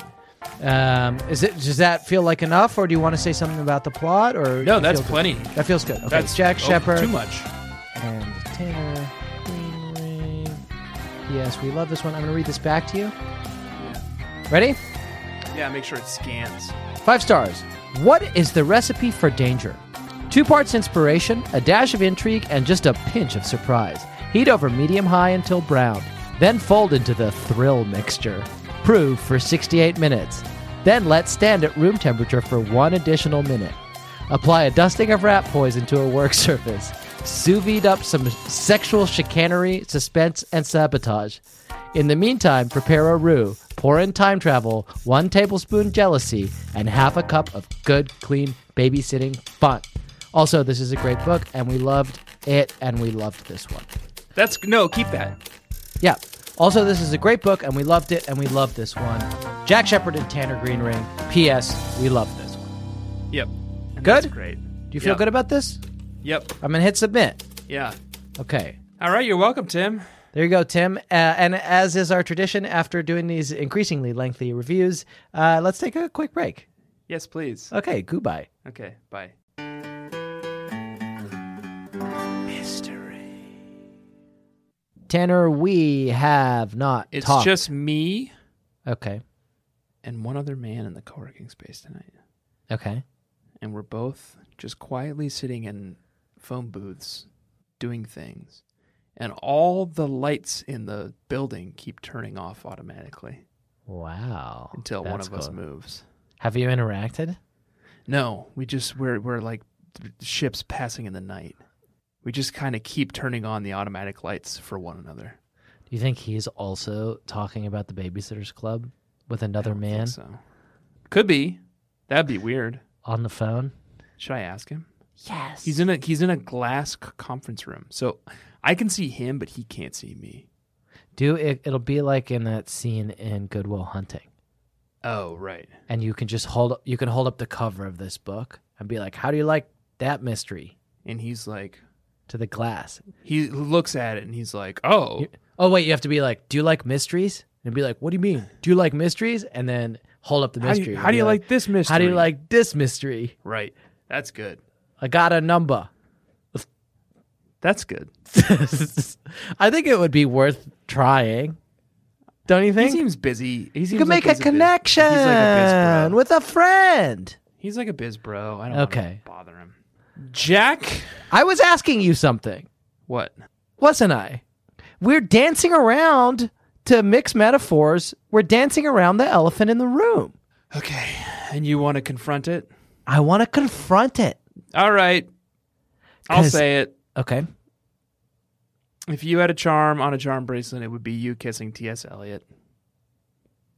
one. Um, is it? Does that feel like enough, or do you want to say something about the plot? Or No, you that's feel good? plenty. That feels good. Okay, That's Jack oh, Shepard Too much. and Tanner Greenring. Yes, we love this one. I'm going to read this back to you. Ready? Yeah, make sure it scans. Five stars. What is the recipe for danger? Two parts inspiration, a dash of intrigue, and just a pinch of surprise. Heat over medium high until brown. Then fold into the thrill mixture. Prove for 68 minutes. Then let stand at room temperature for one additional minute. Apply a dusting of rat poison to a work *laughs* surface. Sous vide up some sexual chicanery, suspense, and sabotage. In the meantime, prepare a roux, pour in time travel, one tablespoon jealousy, and half a cup of good, clean babysitting fun. Also, this is a great book, and we loved it, and we loved this one. That's no, keep that. Yeah. Also, this is a great book, and we loved it, and we loved this one. Jack Shepard and Tanner Greenring. P.S. We love this one. Yep. And Good? That's great. Do you feel Yep. good about this? Yep. I'm gonna hit submit. Yeah. Okay. All right, you're welcome, Tim. There you go, Tim. Uh, and as is our tradition, after doing these increasingly lengthy reviews, uh, let's take a quick break. Yes, please. Okay, goodbye. Okay, bye. Tanner, we have not It's talked. just me okay. and one other man in the co-working space tonight. Okay. and we're both just quietly sitting in phone booths doing things. And all the lights in the building keep turning off automatically Wow. until one That's of us cool. moves. Have you interacted? No, we just we're we're like ships passing in the night. We just kind of keep turning on the automatic lights for one another. Do you think he's also talking about the Babysitters Club with I another don't think man so. Could be. That'd be weird. on the phone? Should I ask him? Yes. He's in a he's in a glass c- conference room. So I can see him but he can't see me. Do it, it'll be like in that scene in Goodwill Hunting, Oh, right. and you can just hold up, you can hold up the cover of this book and be like, "How do you like that mystery?" and he's like to the glass. he looks at it and he's like oh Oh wait, you have to be like, "Do you like mysteries?" And be like, "What do you mean? Do you like mysteries?" And then hold up the How do you- mystery. and how do be you like this How do you mystery?" like this mystery? right that's good I got a number. That's good. *laughs* I think it would be worth trying. Don't you He think? seems busy. He seems you could like make a he's biz- connection he's like a biz bro. with a friend. He's like a biz bro. I don't Okay. okay. bother him. Jack, I was asking you something, what? wasn't I? We're dancing around to mix metaphors. We're dancing around the elephant in the room. Okay, and you want to confront it? I want to confront it. All right, I'll 'Cause- say it. Okay. If you had a charm on a charm bracelet, it would be you kissing T.S. Eliot.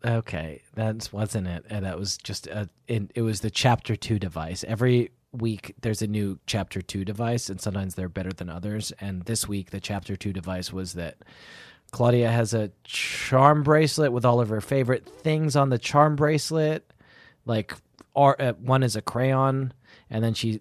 Okay, that wasn't it. And that was just a, in, it was the chapter two device. Every week there's a new chapter two device, and sometimes they're better than others. And this week the chapter two device was that Claudia has a charm bracelet with all of her favorite things on the charm bracelet. Like, or, uh, one is a crayon, and then she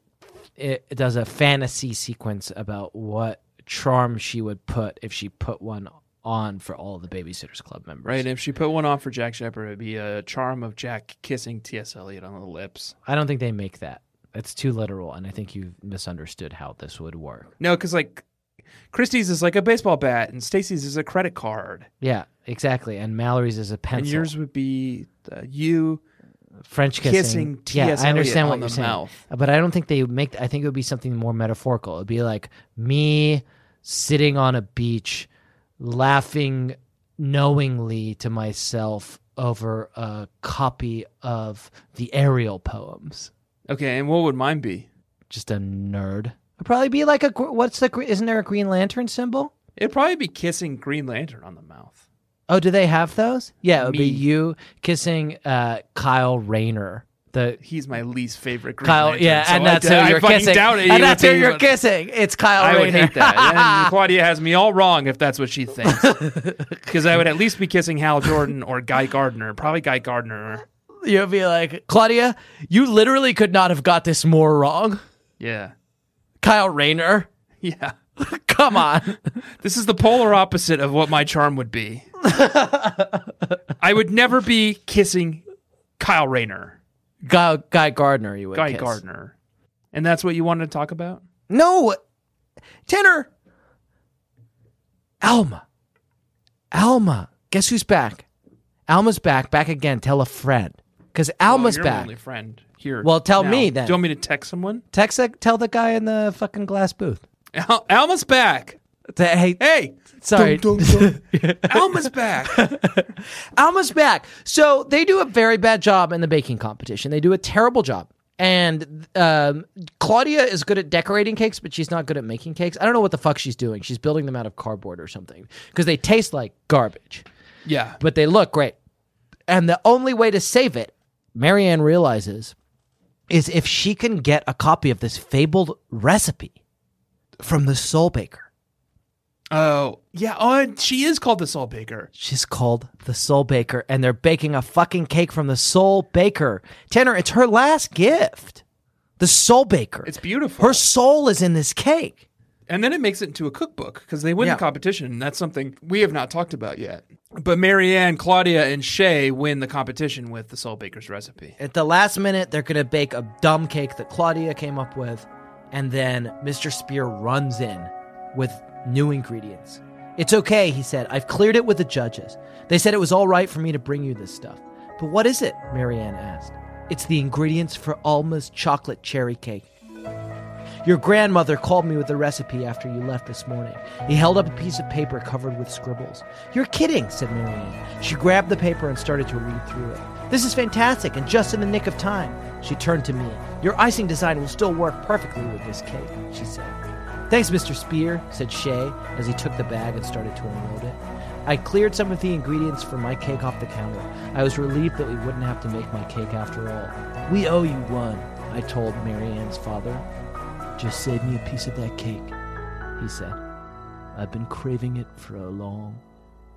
it it does a fantasy sequence about what charm she would put if she put one on for all the Babysitters Club members. Right, and if she put one on for Jack Shepard, it'd be a charm of Jack kissing T.S. Eliot on the lips. I don't think they make that. That's too literal, and I think you misunderstood how this would work. No, because like Christie's is like a baseball bat, and Stacy's is a credit card, Yeah, exactly. And Mallory's is a pencil. and yours would be uh, you. French kissing. kissing yeah, T.S. I understand Eliot what on you're the saying, mouth. but I don't think they would make. I think it would be something more metaphorical. It'd be like me sitting on a beach, laughing knowingly to myself over a copy of the Ariel poems. Okay, and what would mine be? Just a nerd. It'd probably be like a. gr- What's the? gr- Isn't there a Green Lantern symbol? It'd probably be kissing Green Lantern on the mouth. Oh, do they have those? Yeah, it would be Me. you kissing uh, Kyle Rayner. The He's my least favorite Green Kyle, Lantern. yeah, so and I that's d- who I you're fucking kissing. Doubt it. He and would that's who be you're one- kissing. It's Kyle I would Rayner. *laughs* hate that. and Claudia has me all wrong if that's what she thinks. Because I would at least be kissing Hal Jordan or Guy Gardner. Probably Guy Gardner. You'd be like, Claudia, you literally could not have got this more wrong. Yeah. Kyle Rayner, *laughs* Yeah. come on. *laughs* This is the polar opposite of what my charm would be. I would never be kissing Kyle Rayner, Guy, Guy Gardner, you would Guy kiss. Gardner. And that's what you wanted to talk about? No, Tanner. Alma. Alma. Guess who's back? Alma's back. Back again. Tell a friend. Because Alma's You're my back. only friend here. Well, tell now. me then. Do you want me to text someone? Text that, tell the guy in the fucking glass booth. Al- Alma's back. Say, hey, Hey, sorry. Alma's back. Alma's back. So they do a very bad job in the baking competition. They do a terrible job. And um, Claudia is good at decorating cakes, but she's not good at making cakes. I don't know what the fuck she's doing. She's building them out of cardboard or something because they taste like garbage. *laughs* yeah. but they look great. And the only way to save it, Marianne realizes, is if she can get a copy of this fabled recipe from the soul baker. Uh, Oh, yeah. Oh, and she is called the Salt Baker. She's called the soul baker, and they're baking a fucking cake from the soul baker. Tanner, it's her last gift. The soul baker. It's beautiful. Her soul is in this cake. And then it makes it into a cookbook because they win Yeah. the competition. And that's something we have not talked about yet. But Marianne, Claudia, and Shay win the competition with the Salt Baker's recipe. At the last minute, they're going to bake a dumb cake that Claudia came up with. And then Mr. Spear runs in with new ingredients. It's okay, he said. I've cleared it with the judges. They said it was all right for me to bring you this stuff. But what is it? Marianne asked. It's the ingredients for Alma's chocolate cherry cake. Your grandmother called me with the recipe after you left this morning. He held up a piece of paper covered with scribbles. You're kidding, said Marianne. She grabbed the paper and started to read through it. This is fantastic and just in the nick of time. She turned to me. Your icing design will still work perfectly with this cake, she said. Thanks, Mr. Spear, said Shay as he took the bag and started to unload it. I cleared some of the ingredients for my cake off the counter. I was relieved that we wouldn't have to make my cake after all. We owe you one, I told Marianne's father. Just save me a piece of that cake, he said. I've been craving it for a long,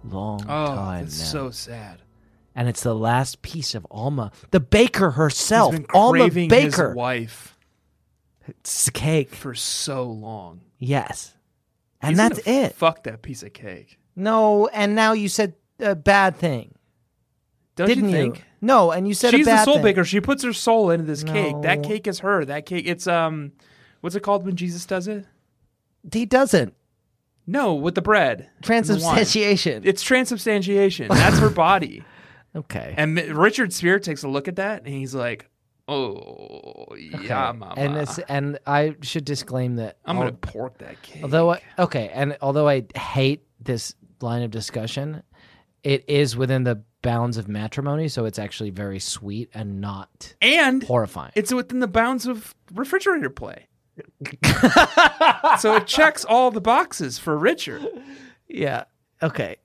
long Oh, time it's now. so sad. and it's the last piece of Alma, the baker herself, He's been Alma craving Baker. his wife It's a cake, for so long. yes, and He's that's gonna it. Fuck that piece of cake. no, and now you said a bad thing, Don't didn't you think? No, and you said She's a bad the soul thing. baker. She puts her soul into this cake. No. That cake is her. That cake. It's um, what's it called when Jesus does it? He doesn't. No, with the bread. and the wine. Transubstantiation. It's transubstantiation. That's her body. okay. And Mi- Richard Spear takes a look at that and he's like, "Oh, yeah, mama. And this, and I should disclaim that. I'm al- gonna pork that cake." although I, okay, and although I hate this line of discussion, it is within the bounds of matrimony, so it's actually very sweet and not and horrifying. it's within the bounds of *laughs* refrigerator play. so it checks all the boxes for Richard. yeah. Okay.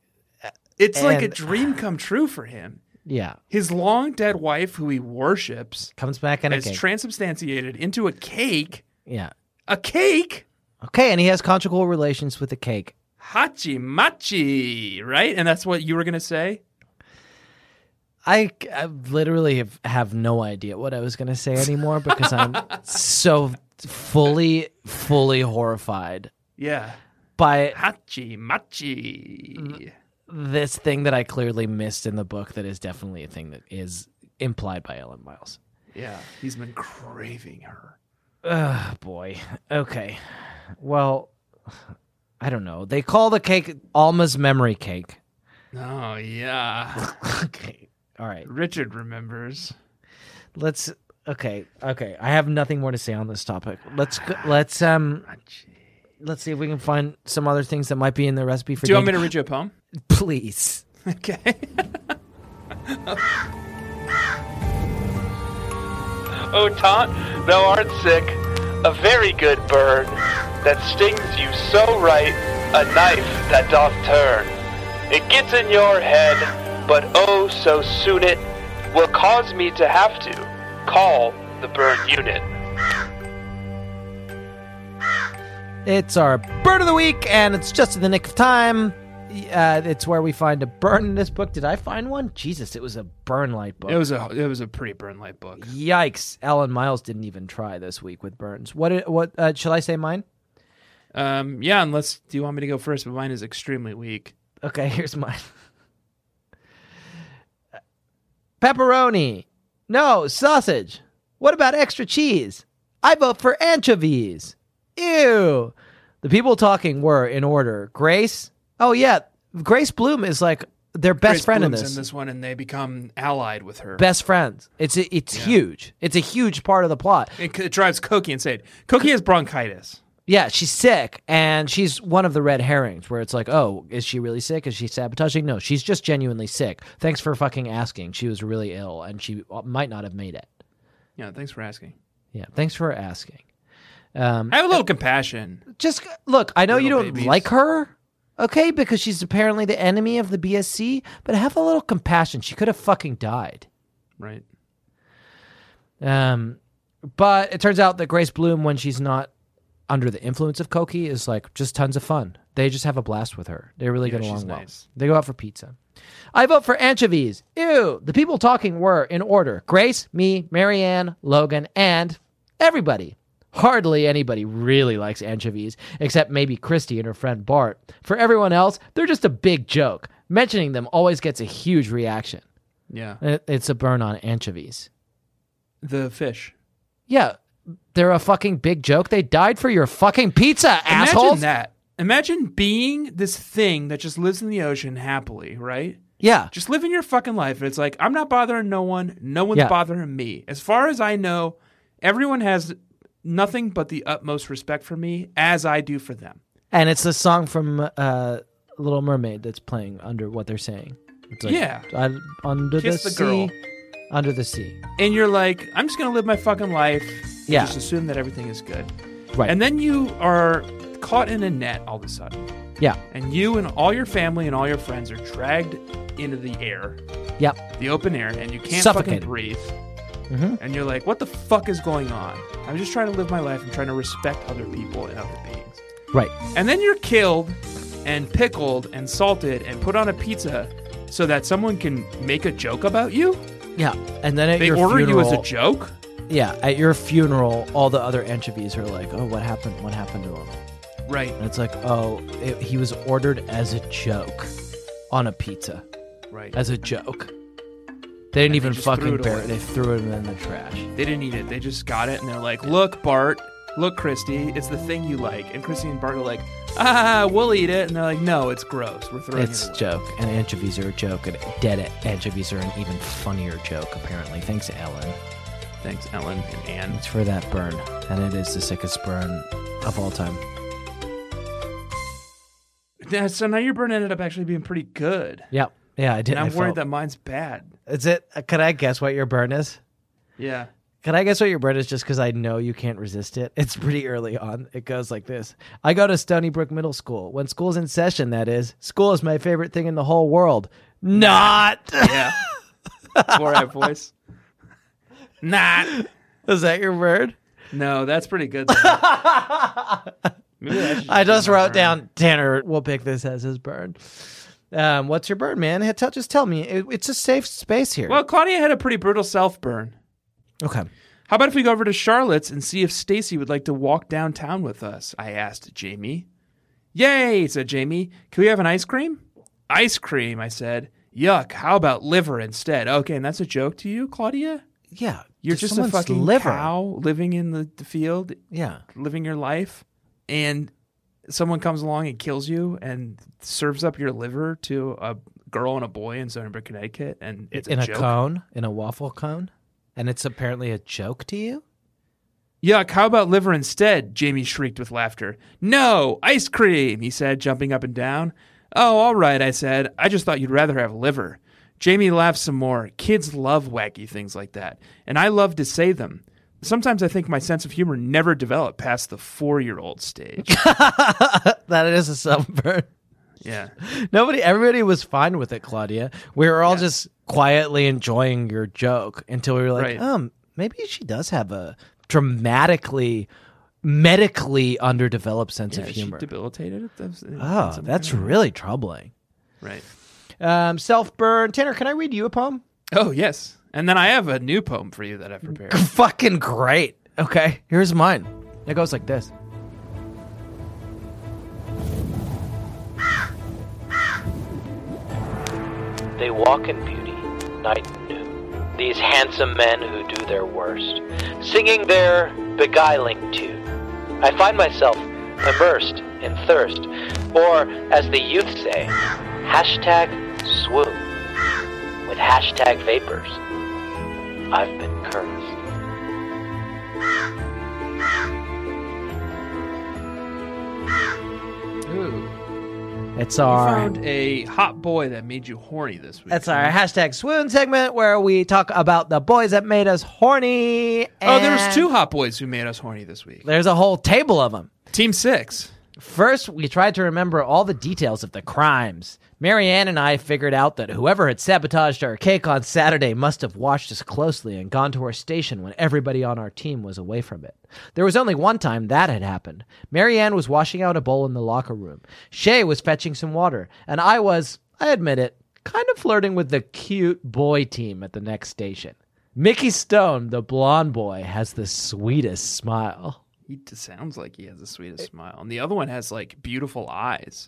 It's like a And- dream come true for him. Yeah. His long dead wife, who he worships, Comes back in a is cake. transubstantiated into a cake. yeah. A cake? Okay, and he has conjugal relations with the cake. Hachi machi, right? And that's what you were going to say? I, I literally have, have no idea what I was going to *laughs* say anymore because I'm so fully, fully horrified Yeah. by Hachi machi. this thing that I clearly missed in the book that is definitely a thing that is implied by Ellen Miles. Yeah. He's been craving her. Oh, boy. Okay. Well, I don't know. They call the cake Alma's memory cake. *laughs* Oh, yeah. Okay. All right. Richard remembers. Let's. Okay. Okay. I have nothing more to say on this topic. Let's go, let's um let's see if we can find some other things that might be in the recipe for. Do you want me to cake. read you a poem? *laughs* Please. Okay. O taunt, thou art sick, a very good bird that stings you so right, a knife that doth turn. It gets in your head, but oh, so soon it will cause me to have to call the bird unit. It's our bird of the week, and it's just in the nick of time. Uh, it's where we find a burn in this book. Did I find one? Jesus, it was a burn light book. It was a it was a pretty burn light book. Yikes! Alan Miles didn't even try this week with burns. What? What? Uh, shall I say mine? Um, yeah, unless do you want me to go first? But mine is extremely weak. Okay, *laughs* here's mine. Pepperoni. No, sausage. What about extra cheese? I vote for anchovies. Ew. The people talking were in order. Grace. Oh yeah, Grace Bloom is like their best Grace friend Bloom's in this. one, and they become allied with her. Best friends. It's it's huge. It's a huge part of the plot. It, it drives Koki insane. Koki has bronchitis. Yeah, she's sick, and she's one of the red herrings where it's like, oh, is she really sick? Is she sabotaging? No, she's just genuinely sick. Thanks for fucking asking. She was really ill, and she uh, might not have made it. Yeah, thanks for asking. Yeah, thanks for asking. Um, I have a little compassion. Just look, I know you Little don't babies. like her, okay, because she's apparently the enemy of the BSC, but have a little compassion. She could have fucking died. Right. Um, but it turns out that Grace Bloom, when she's not under the influence of Koki, is like just tons of fun. They just have a blast with her. They really get she's along well. nice. They go out for pizza. I vote for anchovies. Ew. The people talking were in order Grace, me, Marianne, Logan, and everybody. Hardly anybody really likes anchovies, except maybe Christy and her friend Bart. For everyone else, they're just a big joke. Mentioning them always gets a huge reaction. Yeah. It- It's a burn on anchovies. The fish. Yeah, they're a fucking big joke. They died for your fucking pizza, assholes. Imagine that. Imagine being this thing that just lives in the ocean happily, right? Yeah, Just living your fucking life. And it's like, I'm not bothering no one. No one's Yeah. bothering me. As far as I know, everyone has nothing but the utmost respect for me as I do for them. and it's the song from uh, Little Mermaid that's playing under what they're saying. It's like, Yeah. I, under Kiss the, the girl. sea, under the sea. And you're like, I'm just going to live my fucking life. and Yeah. Just assume that everything is good. Right. And then you are caught in a net all of a sudden. yeah, And you and all your family and all your friends are dragged into the air, yep, the open air, and you can't Suffocated. fucking breathe. Mhm. And you're like, what the fuck is going on? I'm just trying to live my life. I'm trying to respect other people and other beings. right. And then you're killed and pickled and salted and put on a pizza so that someone can make a joke about you? Yeah, and then at They your order funeral, you as a joke? yeah, at your funeral, all the other anchovies are like, "Oh, what happened? What happened to him?" Right, And it's like, "Oh, it, he was ordered as a joke on a pizza." right. as a joke. They didn't even just fucking threw it bury it. away. They threw it in the trash. They didn't eat it. They just got it and they're like, look, Bart, look, Christy, it's the thing you like. And Christy and Bart are like, ah, we'll eat it. And they're like, no, it's gross. We're throwing It's it a away. joke. And anchovies are a joke. And dead anchovies are an even funnier joke, apparently. Thanks, Ellen. Thanks, Ellen and Anne. It's for that burn. And it is the sickest burn of all time. Yeah, so now your burn ended up actually being pretty good. Yep. Yeah, I did. And I'm I worried felt- that mine's bad. Is it? uh, Could I guess what your burn is? *laughs* Yeah. Can I guess what your burn is just because I know you can't resist it? It's pretty early on. It goes like this I go to Stony Brook Middle School. When school's in session, that is, school is my favorite thing in the whole world. Not! *laughs* Yeah. Four out voice. Not. is that your burn? No, that's pretty *laughs* good. though. Maybe that should I just be my wrote burn. down Tanner will pick this as his burn. Um, what's your burn, man? Hey, Tell, just tell me. It, it's a safe space here. Well, Claudia had a pretty brutal self burn. okay. How about if we go over to Charlotte's and see if Stacy would like to walk downtown with us? I asked Jamie. Yay, said Jamie. Can we have an ice cream? Ice cream, I said. Yuck, how about liver instead? Okay, and that's a joke to you, Claudia? Yeah. You're just a someone's fucking liver. cow living in the, the field, Yeah. living your life, and someone comes along and kills you and serves up your liver to a girl and a boy in Stony Brook, Connecticut, and it's in a, joke. cone, in a waffle cone. And it's apparently a joke to you? Yuck, how about liver instead? Jamie shrieked with laughter. No, ice cream, he said, jumping up and down. Oh, all right, I said. I just thought you'd rather have liver. Jamie laughed some more. Kids love wacky things like that, and I love to say them. Sometimes I think my sense of humor never developed past the four year *laughs* old stage. That is a sunburn. yeah. *laughs* Nobody, everybody was fine with it, Claudia. We were all just quietly enjoying your joke until we were like, Right. um, maybe she does have a dramatically, medically underdeveloped sense yeah of she humor. debilitated it. That's- oh, that's really troubling. right. Um, self burn. Tanner, can I read you a poem? Oh, yes. And then I have a new poem for you that I've *laughs* prepared. Fucking great. Okay, here's mine. It goes like this. They walk in beauty, night and noon. These handsome men who do their worst, singing their beguiling tune. I find myself immersed in thirst, or as the youth say, hashtag swoon. With hashtag vapors, I've been cursed. Ooh. It's You our found a hot boy that made you horny this week. That's our hashtag swoon segment where we talk about the boys that made us horny. Oh, there's and two hot boys who made us horny this week. There's a whole table of them. Team six. First, we tried to remember all the details of the crimes. Marianne and I figured out that whoever had sabotaged our cake on Saturday must have watched us closely and gone to our station when everybody on our team was away from it. There was only one time that had happened. Marianne was washing out a bowl in the locker room. Shay was fetching some water, and I was, I admit it, kind of flirting with the cute boy team at the next station. Mickey Stone, the blonde boy, has the sweetest smile. He t- sounds like he has the sweetest smile, and the other one has like beautiful eyes.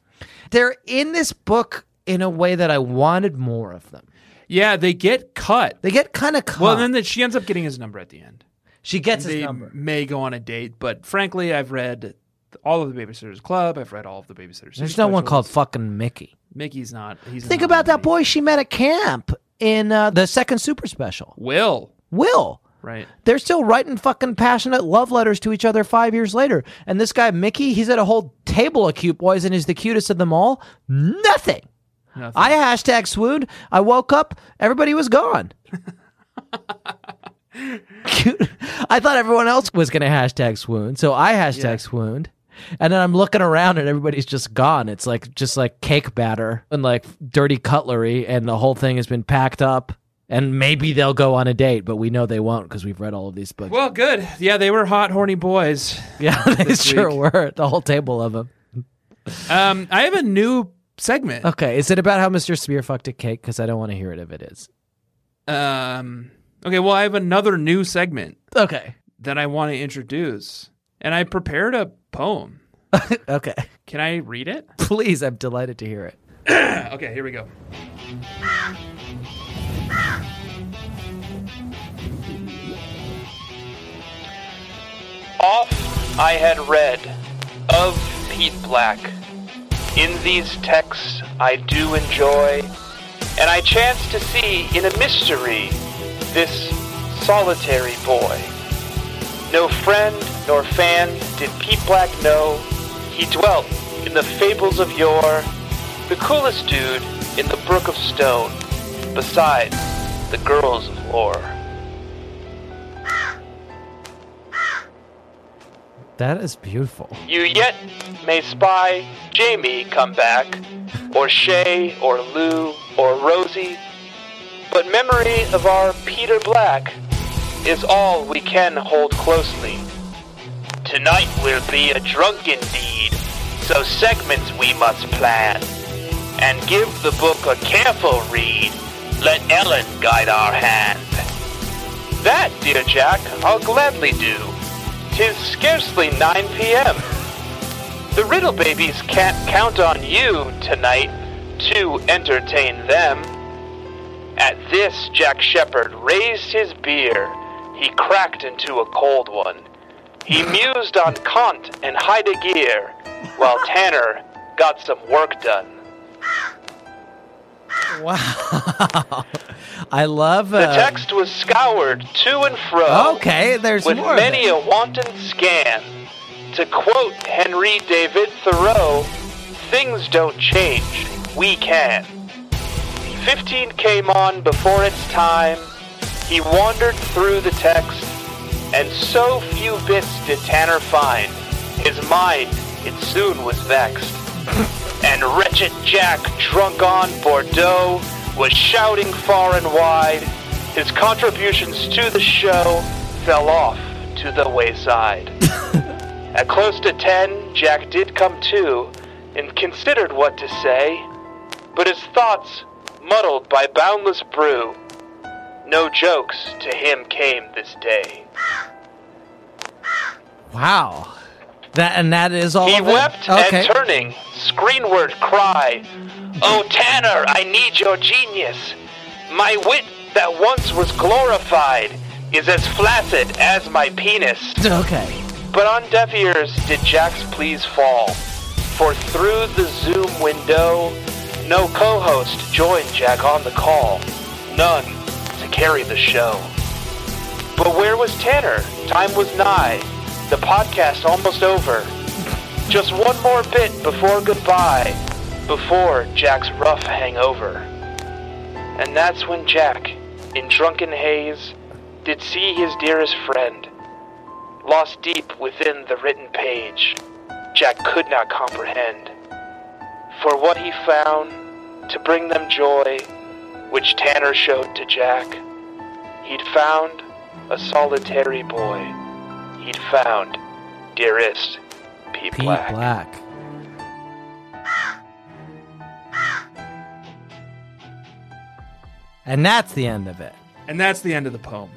they're in this book in a way that I wanted more of them. Yeah, they get cut. They get kind of caught. Well, then the, she ends up getting his number at the end. she gets his they number. may go on a date, but frankly, I've read all of the Babysitters Club. I've read all of the Babysitters. There's Club no one specials. called fucking Mickey. Mickey's not. He's Think not about on that boy she met at camp in uh, the second super special. the- Will. Will. Right. They're still writing fucking passionate love letters to each other five years later. And this guy, Mickey, he's at a whole table of cute boys and he's the cutest of them all. Nothing. Nothing. I hashtag swooned. I woke up. Everybody was gone. *laughs* Cute. I thought everyone else was going to hashtag swoon. So I hashtag Yeah. swooned. And then I'm looking around and everybody's just gone. It's like just like cake batter and like dirty cutlery. And the whole thing has been packed up. And maybe they'll go on a date, but we know they won't because we've read all of these books. Well, good. Yeah, they were hot, horny boys. *laughs* yeah, they this sure week. were. The whole table of them. Um, I have a new segment. Okay. Is it about how Mr. Spear fucked a cake? Because I don't want to hear it if it is. Um, okay, well, I have another new segment Okay. that I want to introduce, and I prepared a poem. Okay. Can I read it? *laughs* Please. I'm delighted to hear it. Uh, Okay, here we go. Off I had read of Pete Black. In these texts, I do enjoy, and I chance to see in a mystery this solitary boy. No friend nor fan did Pete Black know. He dwelt in the fables of yore, the coolest dude in the Brook of Stone, besides the girls of lore. That is beautiful. You yet may spy Jamie come back, or Shay, or Lou, or Rosie, but memory of our Peter Black is all we can hold closely. Tonight will be a drunken deed, so segments we must plan, and give the book a careful read. Let Ellen guide our hand. That, dear Jack, I'll gladly do. Tis scarcely 9 p.m. The Riddle Babies can't count on you tonight to entertain them. At this, Jack Shepard raised his beer. He cracked into a cold one. He mused on Kant and Heidegger, while Tanner got some work done. Wow. I love The uh, text was scoured to and fro. Okay, there's with more. of many it. a wanton scan. To quote Henry David Thoreau, things don't change, we can. 15 came on before its time. He wandered through the text, and so few bits did Tanner find. His mind, it soon was vexed. And wretched Jack, drunk on Bordeaux, was shouting far and wide. His contributions to the show fell off to the wayside. At close to 10, Jack did come to and considered what to say, but his thoughts muddled by boundless brew. No jokes to him came this day. Wow. That and that is all. He of it? wept Okay. and turning, screenward cry, Oh Tanner, I need your genius. My wit that once was glorified is as flaccid as my penis. *laughs* Okay. But on deaf ears did Jack's pleas fall, for through the Zoom window, no co-host joined Jack on the call, none to carry the show. But where was Tanner? Time was nigh, the podcast almost over. Just one more bit before goodbye, before Jack's rough hangover. And that's when Jack, in drunken haze, did see his dearest friend lost deep within the written page, Jack could not comprehend. For what he found to bring them joy, which Tanner showed to Jack, he'd found a solitary boy. He'd found dearest Pete, Pete Black. Black. And that's the end of it. And that's the end of the poem.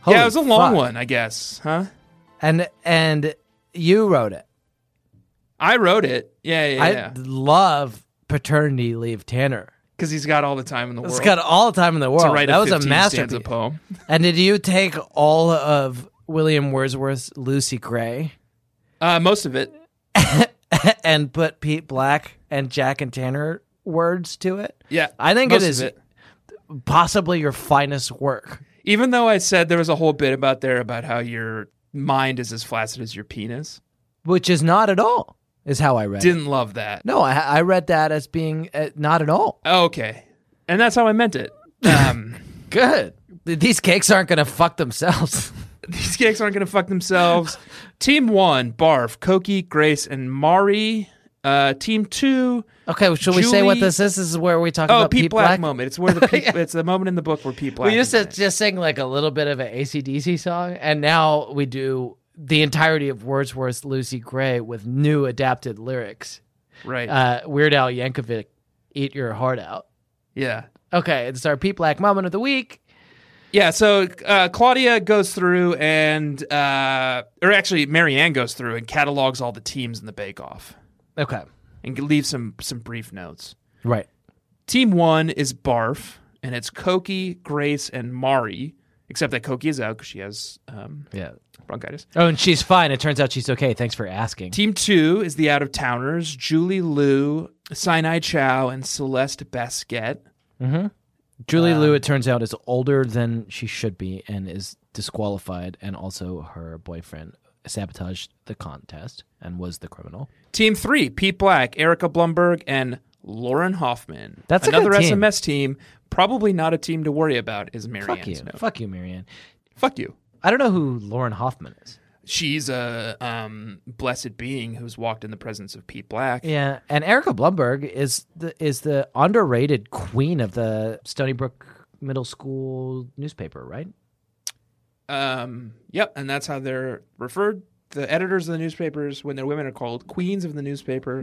Holy yeah, it was a long fuck. one, I guess, huh? And and you wrote it. I wrote it. Yeah, yeah, I yeah. love paternity leave Tanner. Because he's got all the time in the world. It's got all the time in the world. to write that was a 15 stanza masterpiece. poem. And did you take all of William Wordsworth's Lucy Gray Uh, most of it. and put Pete Black and Jack and Tanner words to it? Yeah, I think most it of is it. possibly your finest work. Even though I said there was a whole bit about there about how your mind is as flaccid as your penis. which is not at all is how I read it. Didn't love that. No, I, I read that as being uh, not at all. Okay. And that's how I meant it. Um, Good. These cakes aren't going to fuck themselves. these cakes aren't going to fuck themselves. Team one, Barf, Koki, Grace, and Mari. Uh, team two, *laughs* okay, well, should we say what Julie- this is? This is where we talk oh, about Pete, Pete Black, Black. moment. It's *laughs* where the Pete, it's the moment in the book where Pete Black. we used to is in it. just sing like a little bit of an ACDC song, and now we do the entirety of Wordsworth's Lucy Gray with new adapted lyrics. right. Uh, Weird Al Yankovic, Eat Your Heart Out. yeah. Okay, it's our Pete Black moment of the week. Yeah, so uh, Claudia goes through and, uh, or actually, Marianne goes through and catalogs all the teams in the Bake Off Okay. and leaves some some brief notes. Right. Team one is Barf, and it's Koki, Grace, and Mari. Except that Koki is out because she has um, Yeah. bronchitis. Oh, and she's fine. It turns out she's okay. Thanks for asking. Team two is the out of towners: Julie Liu, Sinai Chow, and Celeste Basquet. Julie Liu, it turns out, is older than she should be and is disqualified, and also her boyfriend sabotaged the contest and was the criminal. Team three: Pete Black, Erica Blumberg, and Lauren Hoffman. That's a good another team. SMS team. Probably not a team to worry about. Is Marianne Fuck you. Snow? Fuck you, Marianne. Fuck you. I don't know who Lauren Hoffman is. She's a um, blessed being who's walked in the presence of Pete Black. Yeah, and Erica Blumberg is the is the underrated queen of the Stony Brook Middle School newspaper, right? Um, yep, and that's how they're referred. The editors of the newspapers, when their women are called queens of the *laughs* newspaper,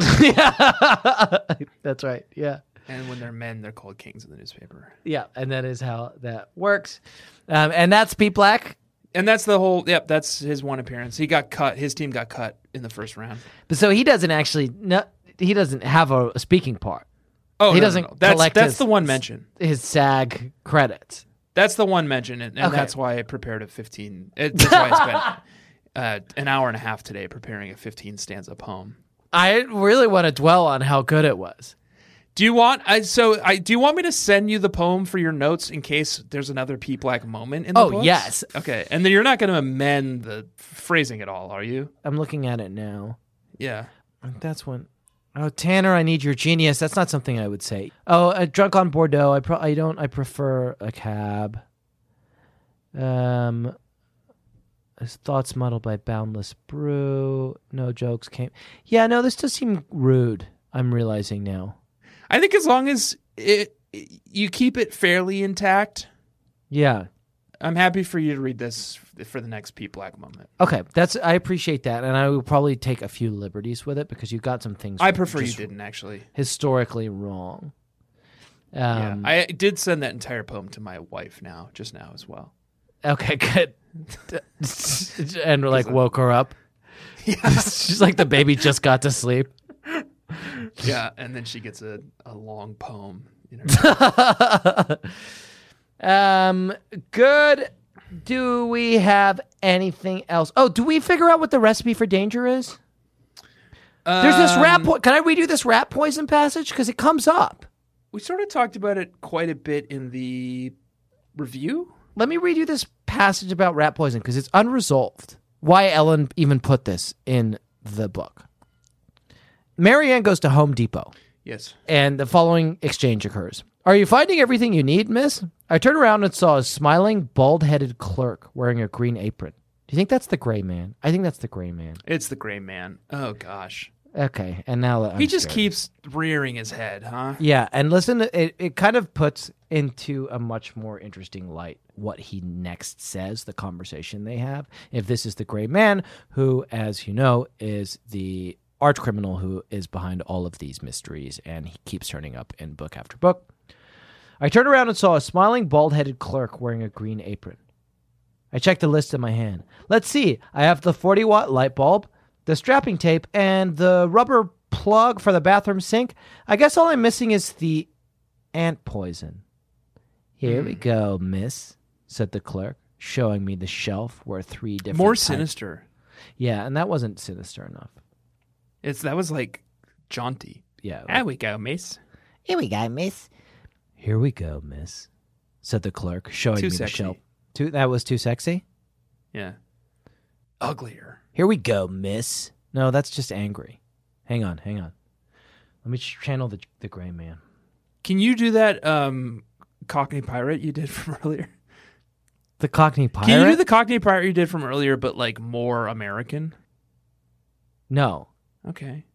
That's right. Yeah. and when they're men, they're called kings of the newspaper. Yeah, and that is how that works. Um, and that's Pete Black. And that's the whole. Yep, that's his one appearance. He got cut. His team got cut in the first round. But so he doesn't actually no, he doesn't have a, a speaking part. Oh, He no, no, doesn't no. That's collect that's his- the one mention. His SAG credits. That's the one mention, and, and Okay. that's why I prepared a fifteen. It, that's why I spent *laughs* uh, an hour and a half today preparing a fifteen stanza poem. I really want to dwell on how good it was. Do you want? I, so, I do you want me to send you the poem for your notes in case there's another P Black moment in the Oh, books? yes. Okay, and then you're not going to amend the phrasing at all, are you? I'm looking at it now. Yeah. That's when. Oh, Tanner, I need your genius. That's not something I would say. Oh, uh, drunk on Bordeaux. I pro- I don't. I prefer a cab. Um, his thoughts muddled by boundless brew. No jokes came. Yeah, no, this does seem rude. I'm realizing now. I think as long as it, you keep it fairly intact, Yeah. I'm happy for you to read this for the next P Black moment. Okay, that's I appreciate that, and I will probably take a few liberties with it because you got some things I prefer you just didn't actually. historically wrong. Um, yeah, I did send that entire poem to my wife now, just now *laughs* as well. Okay, good. *laughs* and we're like woke her up. *laughs* She's like the baby just got to sleep. *laughs* Yeah, and then she gets a, a long poem. You know, *laughs* Um, good. Do we have anything else? Oh, do we figure out what the recipe for danger is? There's this rat. Po- Can I redo this rat poison passage because it comes up? we sort of talked about it quite a bit in the review. Let me read you this passage about rat poison because it's unresolved. Why Ellen even put this in the book? Marianne goes to Home Depot. Yes. and the following exchange occurs. Are you finding everything you need, miss? I turned around and saw a smiling, bald headed clerk wearing a green apron. Do you think that's the gray man? I think that's the gray man. It's the gray man. Oh gosh. Okay, and now that he I'm just scared. keeps rearing his head, huh? Yeah, and listen, it, it kind of puts into a much more interesting light what he next says, the conversation they have. If this is the gray man, who, as you know, is the arch criminal who is behind all of these mysteries, and he keeps turning up in book after book. I turned around and saw a smiling, bald headed clerk wearing a green apron. I checked the list in my hand. Let's see. I have the 40 watt light bulb, the strapping tape, and the rubber plug for the bathroom sink. I guess all I'm missing is the ant poison. Here Hmm. we go, miss, said the clerk, showing me the shelf where three different. More types- sinister. Yeah, and that wasn't sinister enough. It's that was like jaunty. Yeah. There we go, Mace. Here we go, miss. Here we go, miss, said the clerk, showing Too me the sexy. shelf. Too, that was too sexy? Yeah. Uglier. Here we go, miss. No, that's just angry. Hang on, hang on. Let me ch- channel the, the gray man. Can you do that um Cockney pirate you did *laughs* from earlier? The Cockney pirate? Can you do the Cockney pirate you did from earlier, but like more American? no. Okay.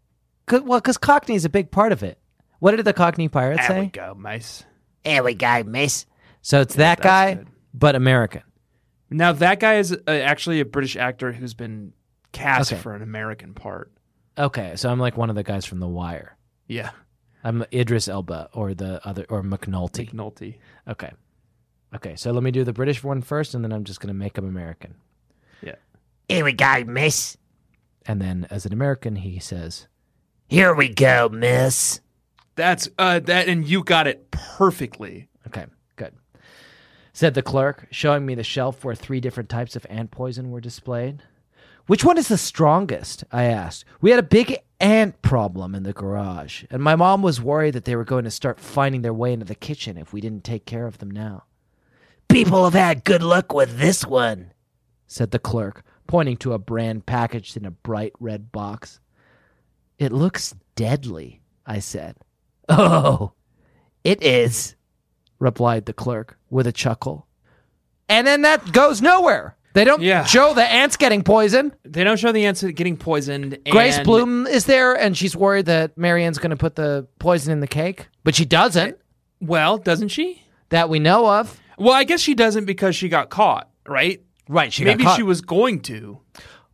Cause, well, because Cockney is a big part of it. What did the Cockney pirate There we say? go, Mace. Here we go, miss. So it's that that's guy, good. but American. Now that guy is uh, actually a British actor who's been cast Okay. for an American part. Okay, so I'm like one of the guys from The Wire. Yeah, I'm Idris Elba or the other, or McNulty. McNulty. Okay. Okay, so let me do the British one first, and then I'm just going to make him American. Yeah. Here we go, miss. And then as an American, he says, Here we go, miss. That's uh that and you got it perfectly. Okay, good. said the clerk, showing me the shelf where three different types of ant poison were displayed. Which one is the strongest? I asked. We had a big ant problem in the garage, and my mom was worried that they were going to start finding their way into the kitchen if we didn't take care of them now. People have had good luck with this one, said the clerk, pointing to a brand packaged in a bright red box. It looks deadly, I said. Oh, it is, replied the clerk with a chuckle. And then that goes nowhere. They don't Yeah. show the ants getting poisoned. They don't show the ants getting poisoned. Grace and Bloom is there, and she's worried that Marianne's going to put the poison in the cake, but she doesn't, Well, doesn't she? that we know of. Well, I guess she doesn't because she got caught, right? Right, she Maybe she was going to.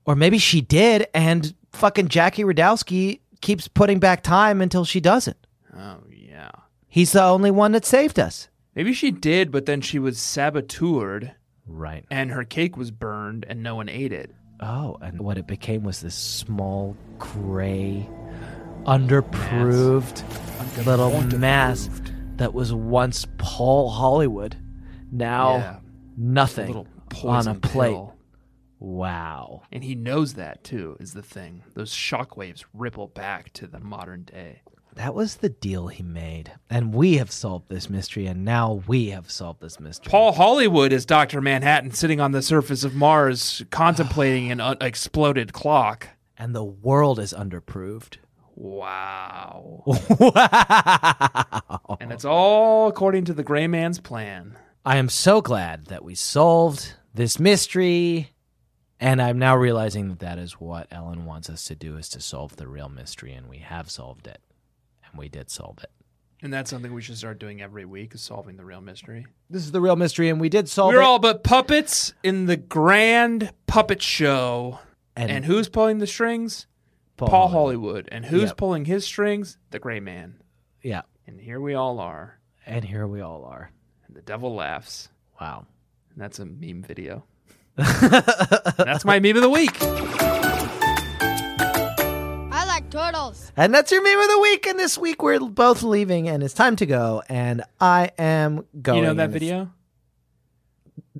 or maybe she did, and fucking Jackie Radowski keeps putting back time until she doesn't. Oh yeah. He's the only one that saved us. Maybe she did, but then she was saboteured Right. and her cake was burned and no one ate it. Oh, and what it became was this small, gray, underproved little mass that was once Paul Hollywood, now Yeah. nothing Little on a poison plate. pill. Wow. And he knows that too, is the thing. Those shockwaves ripple back to the modern day. That was the deal he made. And we have solved this mystery, and now we have solved this mystery. Paul Hollywood is Dr. Manhattan sitting on the surface of Mars contemplating an un- exploded clock. and the world is underproved. Wow. wow. And it's all according to the gray man's plan. I am so glad that we solved this mystery. And I'm now realizing that that is what Ellen wants us to do is to solve the real mystery. And we have solved it. And we did solve it. And that's something we should start doing every week is solving the real mystery. This is the real mystery, and we did solve We're it. all but puppets in the grand puppet show. and And, who's pulling the strings? Paul, Hollywood. And who's Yep. pulling his strings? The gray man. Yeah. And here we all are. And here we all are. And the devil laughs. Wow. And that's a meme video. that's my meme of the *laughs* week. I like turtles. And that's your meme of the week. And this week we're both leaving, and it's time to go. And I am going. You know that and it's- video?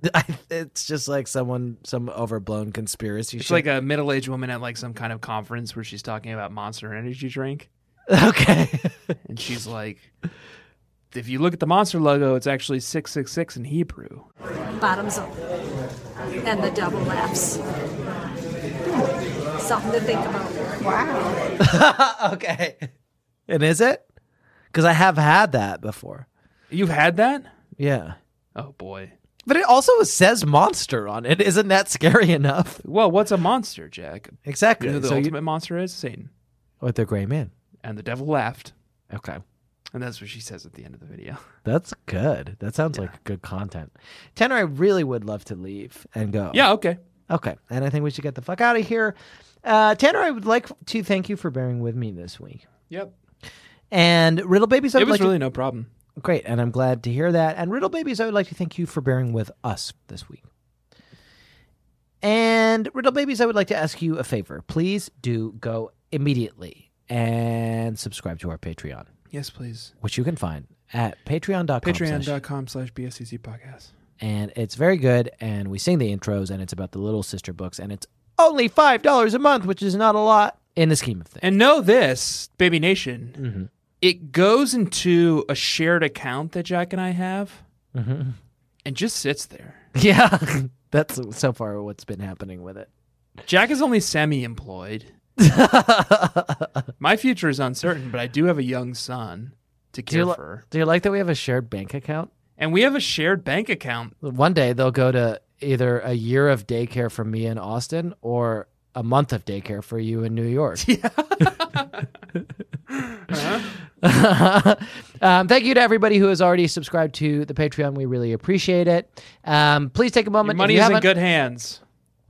*laughs* it's just like someone, some overblown conspiracy. It's shit. like a middle aged woman at like some kind of conference where she's talking about monster energy drink. *laughs* *laughs* okay, And she's like, if you look at the monster logo, it's actually 666 in Hebrew. bottoms up, and the double laps. Something to think about. Wow. okay. And is it? Because I have had that before. You've had that? Yeah, Oh boy. but it also says monster on it. Isn't that scary enough? Well, what's a monster, Jack? Exactly. You know who the so ultimate monster is? Satan. with the gray man. And the devil laughed. Okay. And that's what she says at the end of the video. That's good. That sounds like good content. Tanner, I really would love to leave and go. *laughs* Yeah, okay. Okay. And I think we should get the fuck out of here. Uh, Tanner, I would like to thank you for bearing with me this week. Yep. And Riddle Babies, I It would was like really no problem. to, great, and I'm glad to hear that. And Riddle Babies, I would like to thank you for bearing with us this week. And Riddle Babies, I would like to ask you a favor. Please do go immediately and subscribe to our Patreon, Yes, please. which you can find at patreon.com. slash- Patreon.com slash BSCC podcast. and it's very good. And we sing the intros, and it's about the Little Sister books, and it's only five dollars a month, which is not a lot in the scheme of things. And know this, Baby Nation, it goes into a shared account that Jack and I have and just sits there. *laughs* yeah, that's so far what's been happening with it. Jack is only semi employed. My future is uncertain, but I do have a young son to Do you, care li- for. do you like that we have a shared bank account? And we have a shared bank account. One day they'll go to either a year of daycare for me in Austin or a month of daycare for you in New *laughs* York. *laughs* um, thank you to everybody who has already subscribed to the Patreon. We really appreciate it. Um, please take a Your moment. if money you is in haven't- good hands.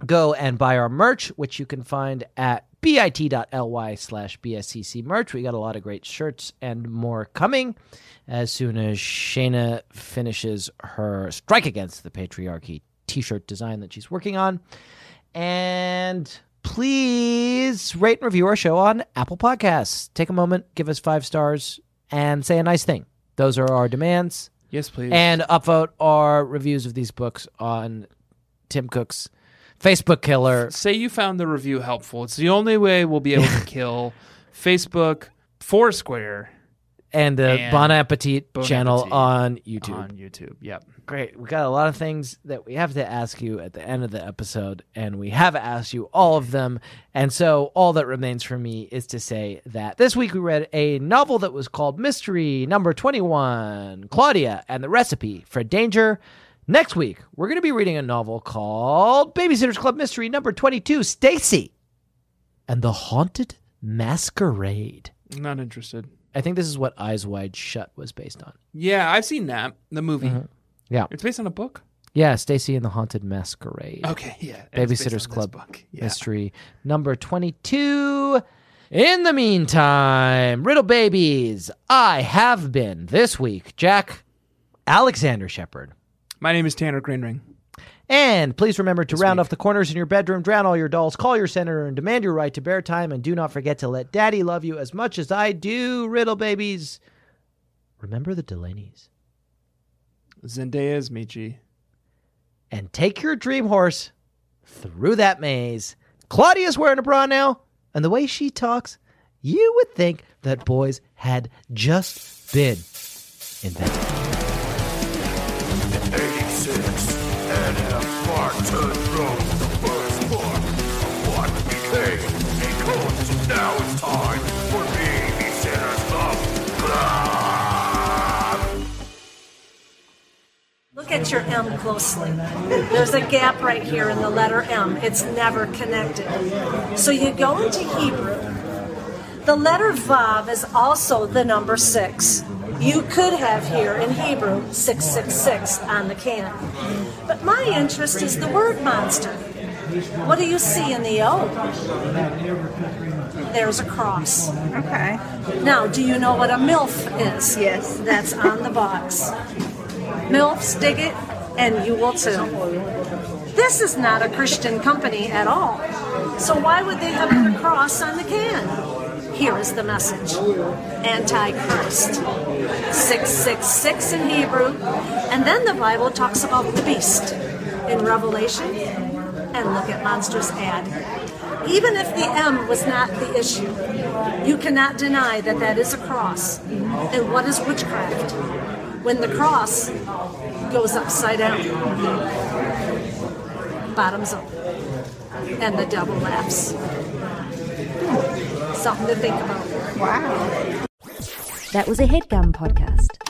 go and buy our merch, which you can find at bit.ly slash bscc merch. We got a lot of great shirts and more coming as soon as Shayna finishes her strike against the patriarchy t-shirt design that she's working on. And please rate and review our show on Apple Podcasts. Take a moment, give us five stars, and say a nice thing. Those are our demands. Yes, please. and upvote our reviews of these books on Tim Cook's Facebook killer. Say you found the review helpful. It's the only way we'll be able to *laughs* kill Facebook, Foursquare and the And Bon Appetit Bon channel Appetit on YouTube. on YouTube. Yep. Great. We got a lot of things that we have to ask you at the end of the episode, and we have asked you all of them. And so, all that remains for me is to say that this week we read a novel that was called Mystery Number 21 Claudia and the Recipe for Danger. Next week, we're going to be reading a novel called Babysitter's Club Mystery Number 22 Stacy and the Haunted Masquerade. I'm not interested. I think this is what Eyes Wide Shut was based on. Yeah, I've seen that. The movie. Mm-hmm. Yeah. It's based on a book. Yeah, Stacy and the Haunted Masquerade. Okay. Yeah. it's based on Babysitter's this Club book. Yeah. Mystery number 22. In the meantime, Riddle Babies, I have been this week, Jack Alexander Shepard. My name is Tanner Greenring. And please remember to round off the corners in your bedroom, drown all your dolls, call your senator, and demand your right to bear time. And do not forget to let daddy love you as much as I do, Riddle Babies. Remember the Delaney's. Zendaya's Michi. and take your dream horse through that maze. Claudia's wearing a bra now, and the way she talks, you would think that boys had just been invented. Look at your M closely. There's a gap right here in the letter M. It's never connected. So you go into Hebrew. The letter Vav is also the number six. You could have here in Hebrew 666 on the can. But my interest is the word monster. What do you see in the O? There's a cross. Okay. Now, do you know what a MILF is? Yes. That's on the box. MILFs dig it, and you will too. This is not a Christian company at all. So why would they have the cross on the can? Here is the message. Antichrist. 666 in Hebrew. And then the Bible talks about the beast in Revelation. And look at Monsters ad. Even if the M was not the issue, you cannot deny that that is a cross. And what is witchcraft? When the cross goes upside down, bottoms up, and the devil laughs. Something to think about. Wow. That was a headgum podcast.